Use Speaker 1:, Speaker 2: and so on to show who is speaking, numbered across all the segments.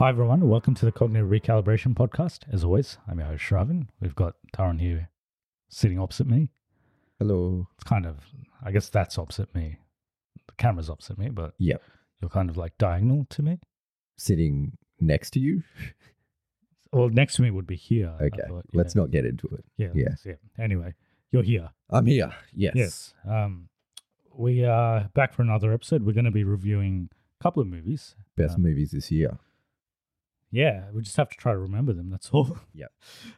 Speaker 1: Hi, everyone. Welcome to the Cognitive Recalibration Podcast. As always, I'm your host, Shravan. We've got Taran here sitting opposite me.
Speaker 2: Hello.
Speaker 1: It's kind of, I guess that's opposite me. The camera's opposite me, but
Speaker 2: Yep.
Speaker 1: you're kind of like diagonal to me.
Speaker 2: Sitting next to you.
Speaker 1: Well, next to me would be here. I
Speaker 2: Okay.
Speaker 1: thought, yeah.
Speaker 2: Let's not get into it.
Speaker 1: Yeah,
Speaker 2: yeah.
Speaker 1: let's- yeah. Anyway, you're here.
Speaker 2: I'm here. Yes.
Speaker 1: Um, we are back for another episode. We're going to be reviewing a couple of movies.
Speaker 2: Best
Speaker 1: Um,
Speaker 2: movies this year.
Speaker 1: Yeah, we just have to try to remember them. That's all.
Speaker 2: Yep.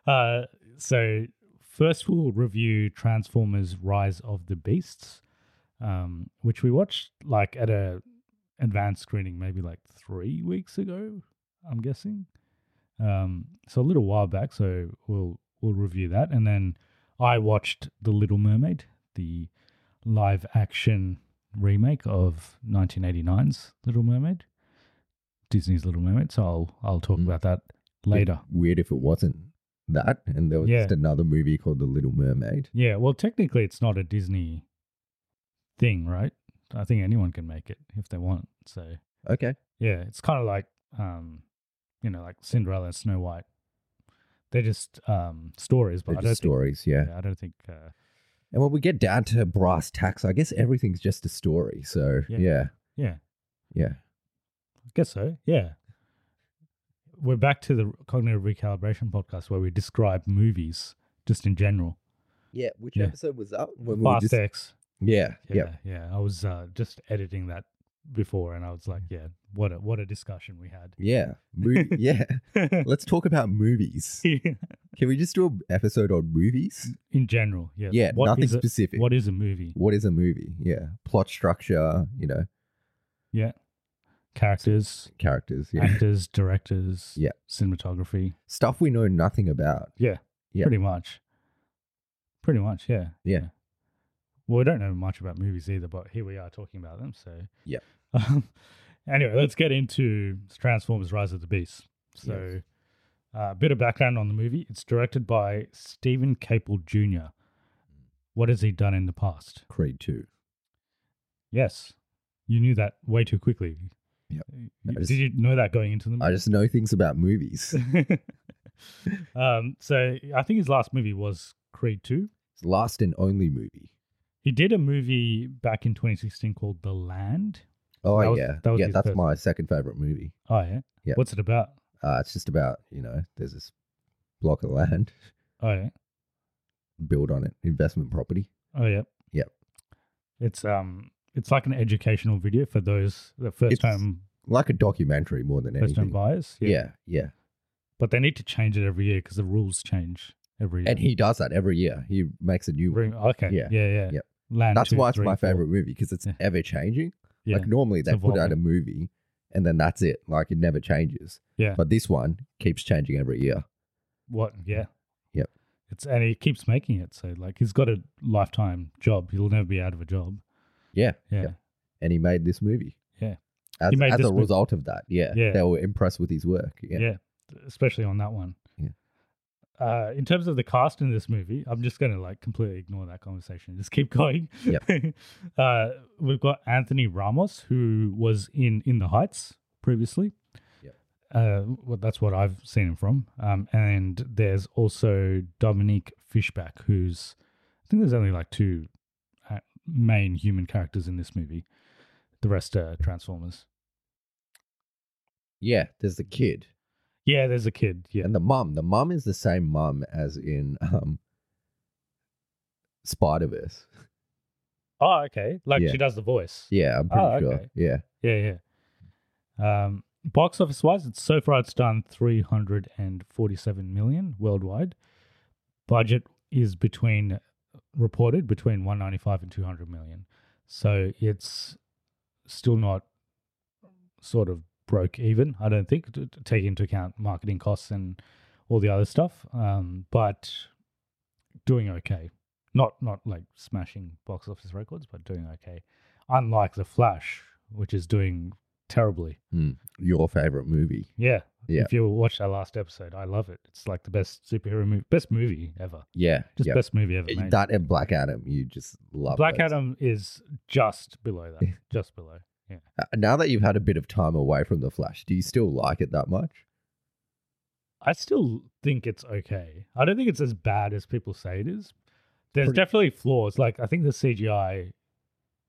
Speaker 1: Uh, so first, we'll review Transformers: Rise of the Beasts, um, which we watched like at a advanced screening, maybe like three weeks ago. I'm guessing. Um, so a little while back. So we'll we'll review that, and then I watched The Little Mermaid, the live action remake of 1989's Little Mermaid, Disney's Little Mermaid. So I'll I'll talk
Speaker 2: Mm.
Speaker 1: about that later.
Speaker 2: Bit Weird if it wasn't that. And there was
Speaker 1: Yeah.
Speaker 2: just another movie called The Little Mermaid.
Speaker 1: Yeah, well, technically, it's not a Disney thing, right? I think anyone can make it if they want. So
Speaker 2: Okay.
Speaker 1: yeah, it's kind of like, um, you know, like Cinderella and Snow White. They're just um, stories, but
Speaker 2: They're
Speaker 1: I don't
Speaker 2: just stories. yeah.
Speaker 1: Think, yeah, I don't think. Uh,
Speaker 2: And when we get down to brass tacks, I guess everything's just a story. So
Speaker 1: Yeah.
Speaker 2: yeah. Yeah.
Speaker 1: yeah, I guess so. Yeah, we're back to the cognitive recalibration podcast where we describe movies just in general.
Speaker 2: Yeah, Which
Speaker 1: Yeah.
Speaker 2: episode was that? When
Speaker 1: Fast X.
Speaker 2: Yeah.
Speaker 1: Yeah,
Speaker 2: Yeah.
Speaker 1: yeah. I was uh, just editing that before, and I was like, yeah, what a what a discussion we had.
Speaker 2: Yeah. Mo- yeah. Let's talk about movies. Can we just do an episode on movies?
Speaker 1: in general, yeah.
Speaker 2: Yeah, nothing
Speaker 1: is a-
Speaker 2: specific.
Speaker 1: What is a movie?
Speaker 2: What is a movie? Yeah. Plot structure, you know,
Speaker 1: Yeah. Characters,
Speaker 2: characters. Yeah.
Speaker 1: actors, directors,
Speaker 2: Yeah.
Speaker 1: cinematography.
Speaker 2: stuff we know nothing about.
Speaker 1: Yeah.
Speaker 2: Yeah.
Speaker 1: Pretty much. Pretty much, yeah.
Speaker 2: Yeah.
Speaker 1: Well, we don't know much about movies either, but here we are talking about them. So
Speaker 2: Yeah.
Speaker 1: Um, anyway, let's get into Transformers: Rise of the Beast. So,
Speaker 2: Yes.
Speaker 1: uh, a bit of background on the movie. It's directed by Stephen Caple Jr. What has he done in the past?
Speaker 2: Creed 2.
Speaker 1: Yes, you knew that way too quickly.
Speaker 2: Yep.
Speaker 1: You-
Speaker 2: I just-
Speaker 1: Did you know that going into the
Speaker 2: I just know things about movies.
Speaker 1: movie? um, so I think his last movie was Creed Two.
Speaker 2: It's the last and only movie.
Speaker 1: He did a movie back in 2016 called The Land.
Speaker 2: Oh
Speaker 1: That was-
Speaker 2: yeah,
Speaker 1: that was
Speaker 2: yeah.
Speaker 1: his
Speaker 2: That's
Speaker 1: first-
Speaker 2: my second favorite movie.
Speaker 1: Oh yeah.
Speaker 2: Yeah.
Speaker 1: What's it about?
Speaker 2: Uh, it's just about you know there's this block of land,
Speaker 1: Oh yeah.
Speaker 2: build on it, investment property.
Speaker 1: Oh yeah.
Speaker 2: Yep.
Speaker 1: It's um it's like an educational video for those the first
Speaker 2: It's
Speaker 1: time
Speaker 2: Like a documentary more than
Speaker 1: first time
Speaker 2: anything.
Speaker 1: buyers.
Speaker 2: yeah, yeah.
Speaker 1: But they need to change it every year because the rules change. every
Speaker 2: And
Speaker 1: year.
Speaker 2: he does that every year. He makes a new one.
Speaker 1: Bring- okay
Speaker 2: Yeah.
Speaker 1: yeah yeah yeah,
Speaker 2: Yep.
Speaker 1: Land
Speaker 2: That's
Speaker 1: two,
Speaker 2: why it's
Speaker 1: three,
Speaker 2: my
Speaker 1: four.
Speaker 2: favorite movie because it's
Speaker 1: Yeah.
Speaker 2: ever changing.
Speaker 1: yeah
Speaker 2: Like normally they
Speaker 1: It's
Speaker 2: put out a movie and then that's it. Like it never changes.
Speaker 1: yeah
Speaker 2: But this one keeps changing every year.
Speaker 1: what yeah
Speaker 2: Yep.
Speaker 1: it's and he keeps making it so like he's got a lifetime job he'll never be out of a job
Speaker 2: Yeah.
Speaker 1: yeah
Speaker 2: Yep. And he made this movie.
Speaker 1: Yeah.
Speaker 2: As,
Speaker 1: He made
Speaker 2: as
Speaker 1: this
Speaker 2: a
Speaker 1: movie.
Speaker 2: result of that, yeah,
Speaker 1: Yeah.
Speaker 2: they were impressed with his work. Yeah,
Speaker 1: yeah. especially on that one.
Speaker 2: Yeah.
Speaker 1: Uh, in terms of the cast in this movie, I'm just going to like completely ignore that conversation. Just keep going. uh, we've got Anthony Ramos, who was in In the Heights previously.
Speaker 2: Yep.
Speaker 1: Uh, well, that's what I've seen him from. Um, and there's also Dominique Fishback, who's I think there's only like two uh, main human characters in this movie. The rest are Transformers.
Speaker 2: yeah. There's the kid
Speaker 1: Yeah, there's a kid. Yeah,
Speaker 2: and the mum. The mum is the same mum as in um, Spider Verse.
Speaker 1: Oh, okay. Like
Speaker 2: Yeah.
Speaker 1: she does the voice.
Speaker 2: Yeah, I'm pretty
Speaker 1: Oh,
Speaker 2: sure.
Speaker 1: okay.
Speaker 2: Yeah,
Speaker 1: Yeah, yeah. Um, box office wise, it's so far it's done three hundred and forty-seven million worldwide. Budget is between reported between one ninety-five and two hundred million, so it's still not sort of broke even. I don't think t- t- take into account marketing costs and all the other stuff, um, but doing okay. Not not like smashing box office records, but doing okay unlike the Flash, which is doing terribly.
Speaker 2: your favorite movie.
Speaker 1: Yeah.
Speaker 2: Yeah.
Speaker 1: If you watch that last episode, I love it. It's like the best superhero movie, best movie ever.
Speaker 2: Yeah,
Speaker 1: Just
Speaker 2: yeah.
Speaker 1: best movie ever made.
Speaker 2: That and Black Adam, you just love
Speaker 1: Black
Speaker 2: those.
Speaker 1: Adam is just below that. just below.
Speaker 2: Uh, Now that you've had a bit of time away from the Flash, do you still like it that much?
Speaker 1: I still think it's okay. I don't think it's as bad as people say it is. There's
Speaker 2: Pretty-
Speaker 1: definitely flaws. Like I think the CGI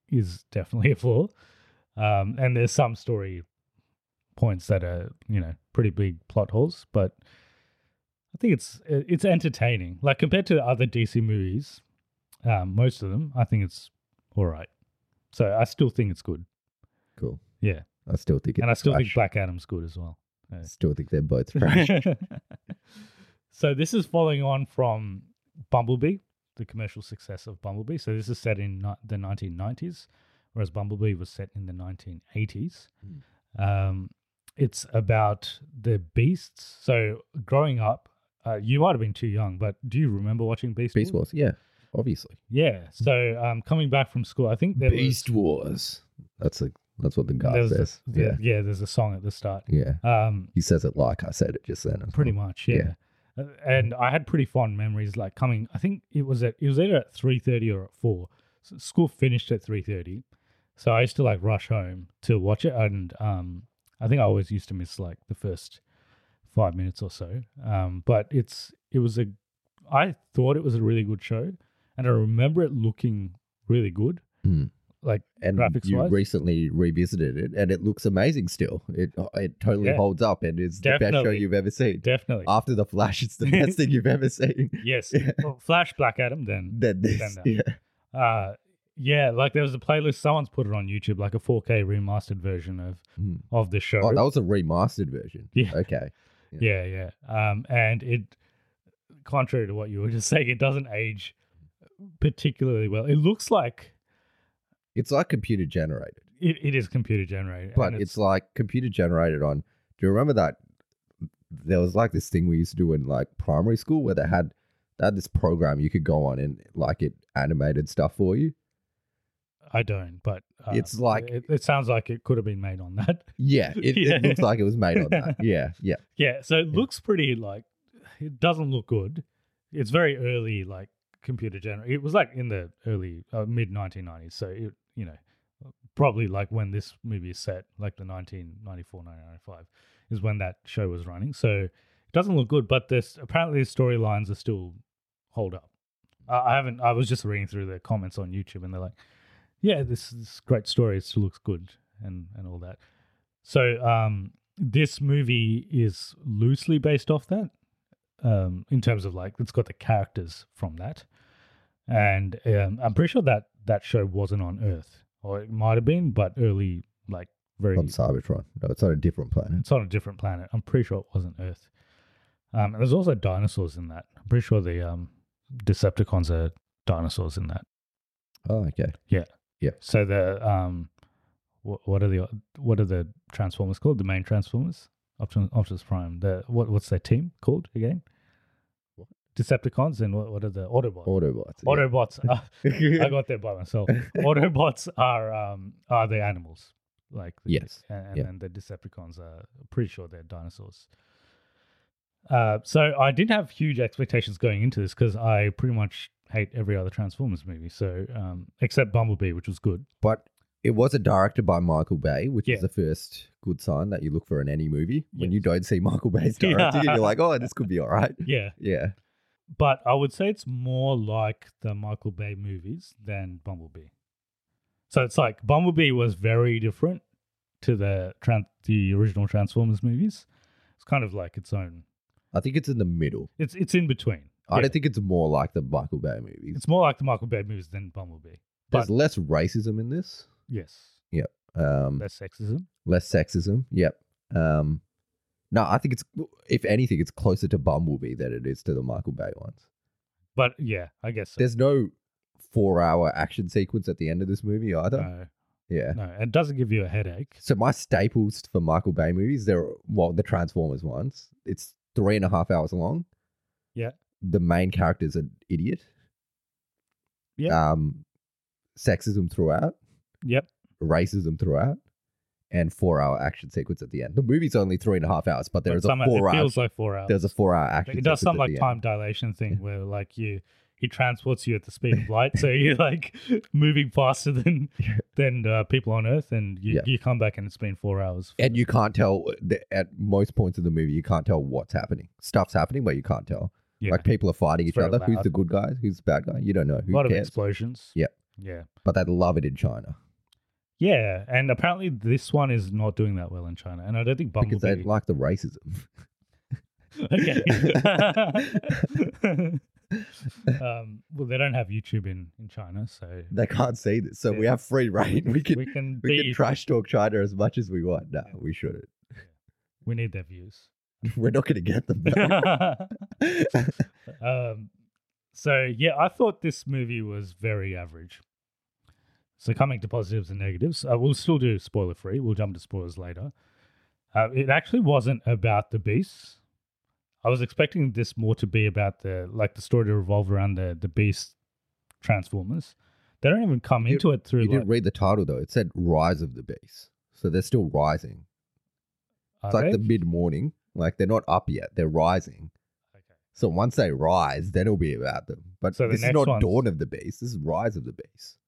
Speaker 1: is definitely a flaw, um, and there's some story points that are you know pretty big plot holes. But I think it's it's entertaining. Like compared to other DC movies, um, most of them, I think it's all right. So I still think it's good,
Speaker 2: Cool.
Speaker 1: Yeah.
Speaker 2: I still think.
Speaker 1: and I
Speaker 2: it's
Speaker 1: still think
Speaker 2: trash.
Speaker 1: Black Adam's good as well.
Speaker 2: I still think they're both trash.
Speaker 1: so this is following on from Bumblebee, the commercial success of Bumblebee. So this is set in ni- the 1990s, whereas Bumblebee was set in the 1980s. Um, it's about the beasts. So growing up, uh, you might have been too young, but do you remember watching Beast
Speaker 2: Beast Wars,
Speaker 1: Wars?
Speaker 2: yeah, obviously.
Speaker 1: Yeah. So um, coming back from school, I think there was,
Speaker 2: Wars. That's a, that's what the guy
Speaker 1: there was a-
Speaker 2: says.
Speaker 1: yeah, yeah, there's a song at the start.
Speaker 2: yeah, yeah.
Speaker 1: Um,
Speaker 2: He says it like I said it just then. as
Speaker 1: pretty
Speaker 2: well.
Speaker 1: much
Speaker 2: Yeah.
Speaker 1: yeah. Uh, and i had pretty fond memories like coming i think it was at it was either at 3.30 or at 4 so school finished at 3.30 so i used to like rush home to watch it and um i think i always used to miss like the first five minutes or so um but it's it was a i thought it was a really good show and i remember it looking really good
Speaker 2: Mm.
Speaker 1: like
Speaker 2: And
Speaker 1: graphics
Speaker 2: you
Speaker 1: wise.
Speaker 2: recently revisited it, and it looks amazing still. It it totally
Speaker 1: Yeah.
Speaker 2: holds up, and it's the best show
Speaker 1: Definitely.
Speaker 2: you've ever seen.
Speaker 1: definitely
Speaker 2: After the Flash, it's the best thing you've ever seen.
Speaker 1: yes
Speaker 2: Yeah.
Speaker 1: well, flash black adam then
Speaker 2: Then this,
Speaker 1: that.
Speaker 2: yeah,
Speaker 1: uh yeah like there was a playlist someone's put it on youtube like a 4k remastered version of
Speaker 2: Mm.
Speaker 1: of the show
Speaker 2: oh, that was a remastered version.
Speaker 1: Yeah.
Speaker 2: Okay.
Speaker 1: yeah yeah um and it contrary to what you were just saying it doesn't age particularly well it looks like
Speaker 2: It's like computer generated,
Speaker 1: it, it is computer generated
Speaker 2: but
Speaker 1: and
Speaker 2: it's, like computer generated on. Do you remember that? There was like this thing we used to do in like primary school where they had they had this program you could go on and like it animated stuff for you.
Speaker 1: i don't but uh,
Speaker 2: it's like-
Speaker 1: it, it sounds like it could have been made on that
Speaker 2: Yeah, it, it
Speaker 1: Yeah.
Speaker 2: looks like it was made on that. Yeah, yeah,
Speaker 1: yeah so it looks pretty like it doesn't look good it's very early like computer generated it was like in the early uh, mid 1990s so it you know probably like when this movie is set like the 1994 1995 is when that show was running so it doesn't look good but this apparently the storylines are still hold up I i haven't i was just reading through the comments on youtube and they're like yeah this is great story it still looks good and and all that so um this movie is loosely based off that um, in terms of like it's got the characters from that and um, i'm pretty sure that that show wasn't on earth or it might have been but early like very
Speaker 2: on Cybertron. No, it's on a different planet.
Speaker 1: it's on a different planet i'm pretty sure it wasn't earth Um, and there's also dinosaurs in that. I'm pretty sure the um, Decepticons are dinosaurs in that.
Speaker 2: Oh, okay.
Speaker 1: So the um, what, what are the what are the Transformers called? The main Transformers, Optimus, Optimus Prime. The what what's their team called again? Decepticons and what, what are the Autobots?
Speaker 2: Autobots. yeah.
Speaker 1: Autobots. are- I got there by myself. Autobots are um are the animals, like the-
Speaker 2: Yes.
Speaker 1: and,
Speaker 2: Yeah.
Speaker 1: and the Decepticons are pretty sure they're dinosaurs. Uh, so I did have huge expectations going into this because I pretty much hate every other Transformers movie, so um except Bumblebee, which was good.
Speaker 2: But it wasn't directed by Michael Bay, which
Speaker 1: Yeah.
Speaker 2: is the first good sign that you look for in any movie. When
Speaker 1: Yes.
Speaker 2: you don't see Michael Bay's
Speaker 1: Yeah.
Speaker 2: directing, you're like, oh, this could be all right.
Speaker 1: Yeah,
Speaker 2: Yeah.
Speaker 1: but I would say it's more like the Michael Bay movies than Bumblebee. So it's like Bumblebee was very different to the tran- the original Transformers movies. It's kind of like its own.
Speaker 2: I think it's in the middle.
Speaker 1: It's it's in between.
Speaker 2: I
Speaker 1: Yeah.
Speaker 2: don't think it's more like the Michael Bay movies.
Speaker 1: it's more like the Michael Bay movies than Bumblebee.
Speaker 2: There's
Speaker 1: but-
Speaker 2: less racism in this.
Speaker 1: Yes,
Speaker 2: Um,
Speaker 1: that's sexism.
Speaker 2: less sexism. Yep. Um, no, I think it's if anything, it's closer to Bumblebee than it is to the Michael Bay ones.
Speaker 1: But yeah, I guess so.
Speaker 2: There's no four-hour action sequence at the end of this movie either.
Speaker 1: no,
Speaker 2: Yeah.
Speaker 1: no, it doesn't give you a headache.
Speaker 2: So my staples for Michael Bay movies, they're well, the Transformers ones. It's three and a half hours long.
Speaker 1: Yeah.
Speaker 2: The main character's an idiot.
Speaker 1: Yeah.
Speaker 2: Um, sexism throughout,
Speaker 1: Yep.
Speaker 2: racism throughout, and four-hour action sequence at the end. The movie's only three and a half hours, but
Speaker 1: but
Speaker 2: there is
Speaker 1: somehow
Speaker 2: a four-hour.
Speaker 1: It feels like four hours.
Speaker 2: there's a four-hour
Speaker 1: Like,
Speaker 2: action.
Speaker 1: it does
Speaker 2: sequence
Speaker 1: some
Speaker 2: at
Speaker 1: like
Speaker 2: the end.
Speaker 1: time dilation thing where like you he transports you at the speed of light so you're like moving faster than than uh, people on earth and you,
Speaker 2: Yeah.
Speaker 1: you come back and it's been four hours
Speaker 2: And you can't tell uh, the- at most points of the movie, you can't tell what's happening. Stuff's happening, but you can't tell.
Speaker 1: yeah
Speaker 2: Like people are fighting
Speaker 1: It's
Speaker 2: each
Speaker 1: very
Speaker 2: other. Who's
Speaker 1: loud.
Speaker 2: the good guy? Who's the bad guy? You don't know.
Speaker 1: a
Speaker 2: Who
Speaker 1: lot of
Speaker 2: cares?
Speaker 1: explosions
Speaker 2: Yeah.
Speaker 1: yeah
Speaker 2: But they love it in China.
Speaker 1: yeah and apparently this one is not doing that well in china and i don't think bumblebee
Speaker 2: because they like the racism.
Speaker 1: okay um, well they don't have youtube in in china so
Speaker 2: They can't see this, so we
Speaker 1: Yeah.
Speaker 2: have free reign. We can
Speaker 1: we
Speaker 2: we, can
Speaker 1: can be
Speaker 2: trash talk China as much as we want. No, we shouldn't.
Speaker 1: we need their views
Speaker 2: We're not going to get them. though.
Speaker 1: um, so yeah, I thought this movie was very average. So coming to positives and negatives, uh, we'll still do spoiler free. We'll jump to spoilers later. Uh, it actually wasn't about the beasts. I was expecting this more to be about the like the story to revolve around the the beast transformers. They don't even come
Speaker 2: You-
Speaker 1: into it through
Speaker 2: you
Speaker 1: like,
Speaker 2: didn't read the title though. It said "Rise of the Beast," so they're still rising.
Speaker 1: are
Speaker 2: It's like the
Speaker 1: they?
Speaker 2: mid morning. Like they're not up yet. They're rising.
Speaker 1: Okay.
Speaker 2: So once they rise, then it'll be about them. But
Speaker 1: So the
Speaker 2: this is
Speaker 1: next
Speaker 2: not
Speaker 1: one's-
Speaker 2: Dawn of the Beast. This is Rise of the Beast.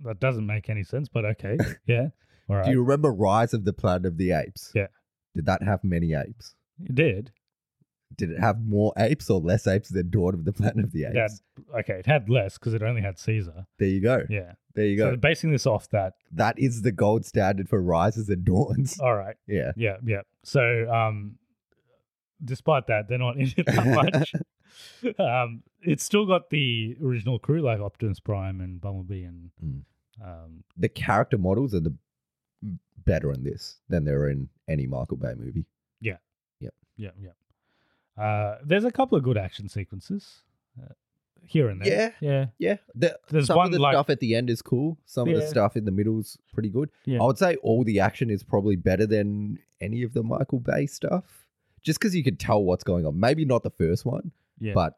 Speaker 1: That doesn't make any sense, but okay, yeah, all right,
Speaker 2: Do you remember Rise of the Planet of the Apes?
Speaker 1: Yeah.
Speaker 2: Did that have many apes?
Speaker 1: it did.
Speaker 2: Did it have more apes or less apes than Dawn of the Planet of the Apes?
Speaker 1: It had, okay, it had less because it only had Caesar.
Speaker 2: There you go.
Speaker 1: Yeah.
Speaker 2: There you
Speaker 1: So
Speaker 2: go.
Speaker 1: they're basing this off that.
Speaker 2: that is the gold standard for rises and dawns.
Speaker 1: All right.
Speaker 2: Yeah.
Speaker 1: Yeah. Yeah. So, um, despite that, they're not in it that much. um, it's still got the original crew like Optimus Prime and Bumblebee and,
Speaker 2: Mm.
Speaker 1: um,
Speaker 2: The character models are the better in this than they're in any Michael Bay movie.
Speaker 1: yeah. Yeah. Uh, there's a couple of good action sequences uh, here and there. Yeah. Yeah.
Speaker 2: Yeah. The,
Speaker 1: There's
Speaker 2: some
Speaker 1: one,
Speaker 2: of the
Speaker 1: like-
Speaker 2: stuff at the end is cool. Some of
Speaker 1: Yeah.
Speaker 2: the stuff in the middle's pretty good.
Speaker 1: Yeah.
Speaker 2: I would say all the action is probably better than any of the Michael Bay stuff. Just because you could tell what's going on. Maybe not the first one,
Speaker 1: yeah.
Speaker 2: but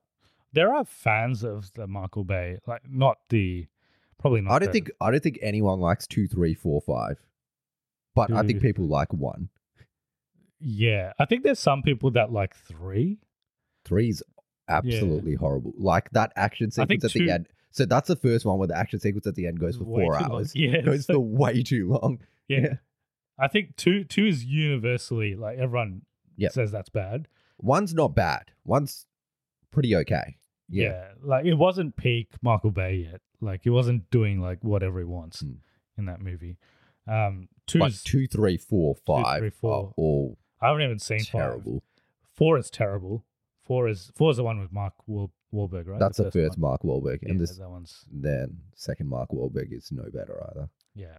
Speaker 1: there are fans of the Michael Bay, like not the, probably not.
Speaker 2: I don't
Speaker 1: the-
Speaker 2: think I don't think anyone likes two, three, four, five. But I
Speaker 1: Dude.
Speaker 2: think people like one.
Speaker 1: Yeah. I think there's some people that like three.
Speaker 2: Three's absolutely horrible. Like that action
Speaker 1: I think
Speaker 2: sequence at
Speaker 1: two-
Speaker 2: the end. So that's the first one where the action sequence at the end goes for
Speaker 1: Way
Speaker 2: four
Speaker 1: too long.
Speaker 2: hours.
Speaker 1: Yeah.
Speaker 2: Goes
Speaker 1: so-
Speaker 2: for way too long.
Speaker 1: Yeah. I think two two is universally like everyone
Speaker 2: Yeah.
Speaker 1: says that's bad.
Speaker 2: One's not bad. One's pretty okay.
Speaker 1: Yeah.
Speaker 2: Yeah.
Speaker 1: Like it wasn't peak Michael Bay yet. Like he wasn't doing like whatever he wants
Speaker 2: Mm.
Speaker 1: in that movie. Um two
Speaker 2: But
Speaker 1: is
Speaker 2: two, three, four, five
Speaker 1: three,
Speaker 2: are
Speaker 1: four.
Speaker 2: all
Speaker 1: I haven't even seen five.
Speaker 2: terrible.
Speaker 1: Four is terrible. Four is four is the one with Mark Wahl- Wahlberg, right?
Speaker 2: That's the first
Speaker 1: one.
Speaker 2: Mark Wahlberg.
Speaker 1: Yeah,
Speaker 2: And this
Speaker 1: that one's
Speaker 2: then second Mark Wahlberg is no better either.
Speaker 1: yeah.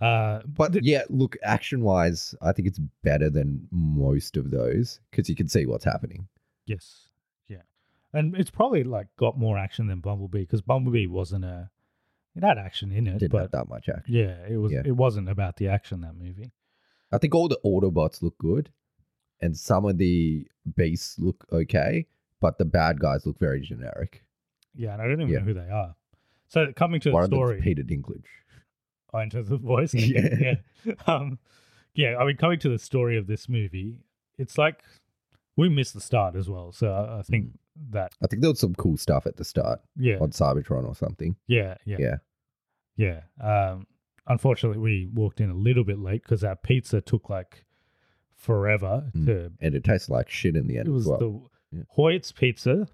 Speaker 1: Uh,
Speaker 2: But yeah, look, action wise, I think it's better than most of those because you can see what's happening.
Speaker 1: Yes. Yeah. And it's probably like got more action than Bumblebee because Bumblebee wasn't a it had action in it,
Speaker 2: Didn't
Speaker 1: but
Speaker 2: have that much action.
Speaker 1: yeah, it was
Speaker 2: Yeah.
Speaker 1: it wasn't about the action that movie.
Speaker 2: I think all the Autobots look good, and some of the beasts look okay, but the bad guys look very generic.
Speaker 1: Yeah, and I don't even
Speaker 2: Yeah.
Speaker 1: know who they are. So coming to
Speaker 2: One
Speaker 1: the
Speaker 2: of
Speaker 1: story,
Speaker 2: them's Peter Dinklage.
Speaker 1: oh, in terms of voice,
Speaker 2: Yeah.
Speaker 1: yeah, um, yeah. I mean, coming to the story of this movie, it's like we missed the start as well. So I, I think that
Speaker 2: I think there was some cool stuff at the start
Speaker 1: yeah,
Speaker 2: on Cybertron or something.
Speaker 1: yeah, yeah,
Speaker 2: Yeah.
Speaker 1: Yeah. Um, unfortunately, we walked in a little bit late because our pizza took like forever
Speaker 2: Mm.
Speaker 1: to.
Speaker 2: And it tastes like shit in the end
Speaker 1: It was
Speaker 2: as well.
Speaker 1: the
Speaker 2: Yeah.
Speaker 1: Hoyt's pizza.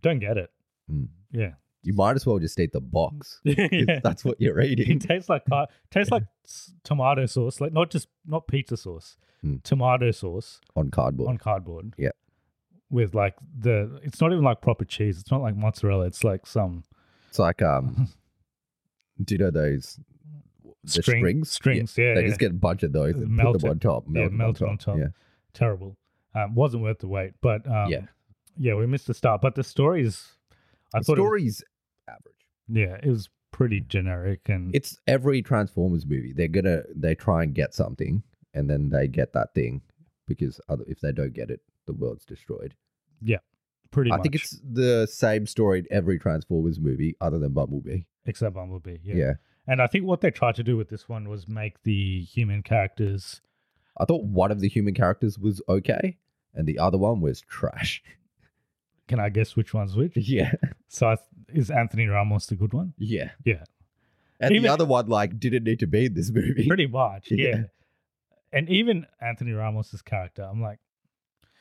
Speaker 1: Don't get it.
Speaker 2: Mm.
Speaker 1: Yeah.
Speaker 2: You might as well just eat the box. if
Speaker 1: yeah.
Speaker 2: That's what you're eating.
Speaker 1: It tastes like ti- tastes like s- tomato sauce, like not just not pizza sauce,
Speaker 2: Mm.
Speaker 1: tomato sauce
Speaker 2: on cardboard.
Speaker 1: on cardboard.
Speaker 2: Yeah.
Speaker 1: With like the, it's not even like proper cheese. It's not like mozzarella. It's like some
Speaker 2: It's like um, do you know those the
Speaker 1: string-
Speaker 2: strings?
Speaker 1: Strings, yeah.
Speaker 2: Yeah,
Speaker 1: yeah,
Speaker 2: they just get a bunch of those and
Speaker 1: Melt
Speaker 2: put them
Speaker 1: it.
Speaker 2: on top.
Speaker 1: Yeah, melt it on top.
Speaker 2: Yeah,
Speaker 1: terrible. Um, wasn't worth the wait, but um,
Speaker 2: yeah.
Speaker 1: yeah, we missed the start, but the stories, I
Speaker 2: The
Speaker 1: thought, it was-
Speaker 2: story's average.
Speaker 1: yeah, it was pretty generic and
Speaker 2: It's every Transformers movie. They're gonna they try and get something, and then they get that thing because other, if they don't get it, the world's destroyed.
Speaker 1: pretty.
Speaker 2: I
Speaker 1: much,
Speaker 2: think it's the same story in every Transformers movie, other than Bumblebee.
Speaker 1: except Bumblebee. Yeah.
Speaker 2: Yeah.
Speaker 1: and I think what they tried to do with this one was make the human characters.
Speaker 2: I thought one of the human characters was okay, and the other one was trash.
Speaker 1: Can I guess which one's which?
Speaker 2: yeah,
Speaker 1: So I th- is Anthony Ramos the good one?
Speaker 2: yeah,
Speaker 1: Yeah.
Speaker 2: And
Speaker 1: Even-
Speaker 2: the other one like didn't need to be in this movie.
Speaker 1: Pretty much, yeah.
Speaker 2: Yeah.
Speaker 1: And even Anthony Ramos's character, I'm like,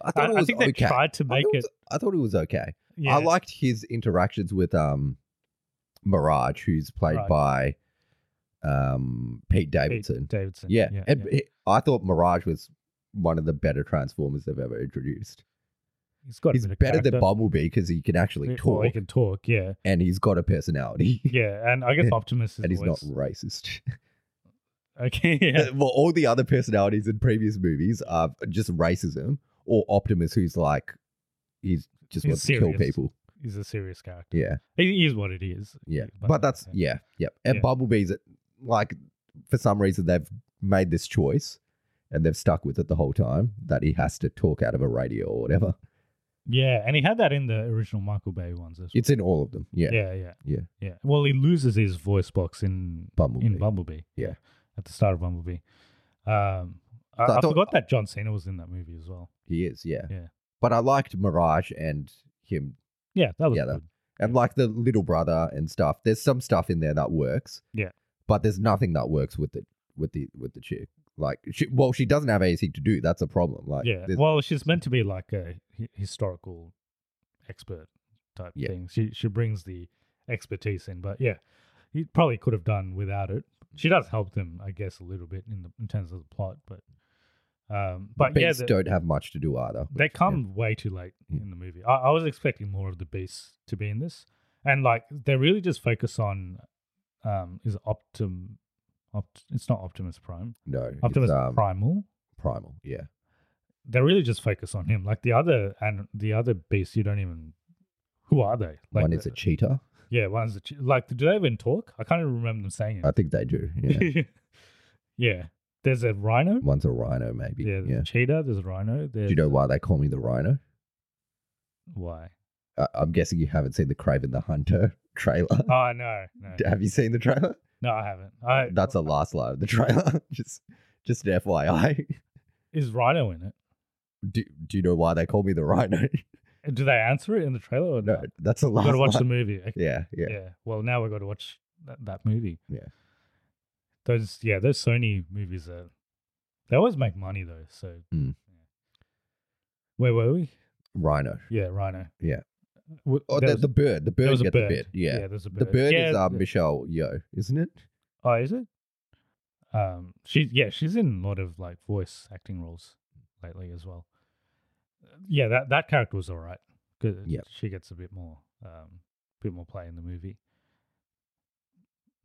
Speaker 2: I
Speaker 1: I,
Speaker 2: thought it
Speaker 1: I
Speaker 2: was
Speaker 1: think they
Speaker 2: okay.
Speaker 1: tried to
Speaker 2: I
Speaker 1: make
Speaker 2: thought, it
Speaker 1: it.
Speaker 2: was, I thought it was okay.
Speaker 1: Yeah,
Speaker 2: I liked his interactions with um Mirage, who's played
Speaker 1: Mirage.
Speaker 2: by um Pete
Speaker 1: Pete
Speaker 2: Davidson.
Speaker 1: Davidson.
Speaker 2: yeah,
Speaker 1: yeah,
Speaker 2: and
Speaker 1: yeah.
Speaker 2: he- I thought Mirage was one of the better Transformers they've ever introduced.
Speaker 1: he's got a
Speaker 2: He's
Speaker 1: bit of
Speaker 2: better
Speaker 1: character.
Speaker 2: than Bumblebee because he can actually
Speaker 1: Yeah, well,
Speaker 2: talk
Speaker 1: He can talk. Yeah,
Speaker 2: and he's got a personality
Speaker 1: yeah, and I guess
Speaker 2: Yeah.
Speaker 1: Optimus is
Speaker 2: and he's not
Speaker 1: always-
Speaker 2: racist.
Speaker 1: Okay, yeah,
Speaker 2: well, all the other personalities in previous movies are just racism or Optimus, who's like he's just
Speaker 1: He's
Speaker 2: wants to
Speaker 1: serious.
Speaker 2: kill people.
Speaker 1: he's a serious character.
Speaker 2: Yeah.
Speaker 1: He he is what it is.
Speaker 2: Yeah.
Speaker 1: But,
Speaker 2: But, that's
Speaker 1: yeah.
Speaker 2: yeah, yeah. And
Speaker 1: Yeah.
Speaker 2: Bumblebee's like for some reason they've made this choice and they've stuck with it the whole time that he has to talk out of a radio or whatever.
Speaker 1: Yeah, and he had that in the original Michael Bay ones as well.
Speaker 2: It's in all of them. Yeah.
Speaker 1: yeah, yeah,
Speaker 2: Yeah.
Speaker 1: yeah. Well, he loses his voice box in
Speaker 2: Bumblebee.
Speaker 1: in Bumblebee.
Speaker 2: Yeah.
Speaker 1: at the start of Bumblebee. Um,
Speaker 2: So I
Speaker 1: I, I
Speaker 2: thought-
Speaker 1: forgot that John Cena was in that movie as well.
Speaker 2: He is, yeah.
Speaker 1: Yeah.
Speaker 2: But I liked Mirage and him
Speaker 1: Yeah, that was
Speaker 2: Yeah, that-
Speaker 1: good.
Speaker 2: and like the little brother and stuff. There's some stuff in there that works.
Speaker 1: Yeah.
Speaker 2: But there's nothing that works with the with the with the chick. Like she, well, she doesn't have anything to do. That's a problem. Like
Speaker 1: yeah.
Speaker 2: there's-
Speaker 1: Well, she's meant to be like a hi- historical expert type
Speaker 2: Yeah.
Speaker 1: thing. She she brings the expertise in, but yeah, he probably could have done without it. She does help them, I guess, a little bit in the in terms of the plot, but um, but yeah,
Speaker 2: beasts
Speaker 1: the-
Speaker 2: don't have much to do either.
Speaker 1: They come way too late
Speaker 2: Yeah.
Speaker 1: in the movie. I, I was expecting more of the beasts to be in this, and like they really just focus on um is it Optim. Opt, it's not Optimus Prime.
Speaker 2: No, it's,
Speaker 1: Optimus
Speaker 2: um,
Speaker 1: Primal.
Speaker 2: primal. Yeah.
Speaker 1: They really just focus on him. Like the other and the other beasts, you don't even. Who are they? Like
Speaker 2: One is a
Speaker 1: the-
Speaker 2: cheetah.
Speaker 1: yeah. One is a chi- like. Do they even talk? I can't even remember them saying
Speaker 2: I
Speaker 1: it.
Speaker 2: think they do. Yeah.
Speaker 1: yeah. There's a rhino.
Speaker 2: One's a rhino, maybe.
Speaker 1: Yeah.
Speaker 2: Yeah.
Speaker 1: There's a cheetah. There's a rhino.
Speaker 2: Do
Speaker 1: There's
Speaker 2: you know why they call me the rhino?
Speaker 1: why?
Speaker 2: I- I'm guessing you haven't seen the Craven the Hunter trailer.
Speaker 1: Oh no, no,
Speaker 2: Have you seen the trailer?
Speaker 1: no. I haven't. I,
Speaker 2: That's the last line of the trailer. just, just an FYI.
Speaker 1: is Rhino in it?
Speaker 2: Do, do you know why they call me the rhino?
Speaker 1: Do they answer it in the trailer or
Speaker 2: no,
Speaker 1: not?
Speaker 2: that's the
Speaker 1: We
Speaker 2: last.
Speaker 1: gotta watch the
Speaker 2: line.
Speaker 1: movie. Okay,
Speaker 2: Yeah, yeah,
Speaker 1: Yeah. Well, now we gotta watch that, that movie.
Speaker 2: Yeah.
Speaker 1: Those yeah, those Sony movies are they always make money though. So
Speaker 2: Mm.
Speaker 1: where were we?
Speaker 2: Rhino.
Speaker 1: Yeah, Rhino.
Speaker 2: Yeah.
Speaker 1: W-
Speaker 2: Oh,
Speaker 1: there
Speaker 2: the,
Speaker 1: was-
Speaker 2: the bird. The
Speaker 1: there
Speaker 2: bird
Speaker 1: was
Speaker 2: gets
Speaker 1: a bird.
Speaker 2: the bit. Yeah.
Speaker 1: there's a bird.
Speaker 2: The bird
Speaker 1: Yeah,
Speaker 2: is uh,
Speaker 1: the-
Speaker 2: Michelle Yo, isn't it?
Speaker 1: Oh, is it? Um, she's yeah, she's in a lot of like voice acting roles lately as well. Uh, Yeah, that that character was all right. Good.
Speaker 2: Yep.
Speaker 1: she gets a bit more um, bit more play in the movie.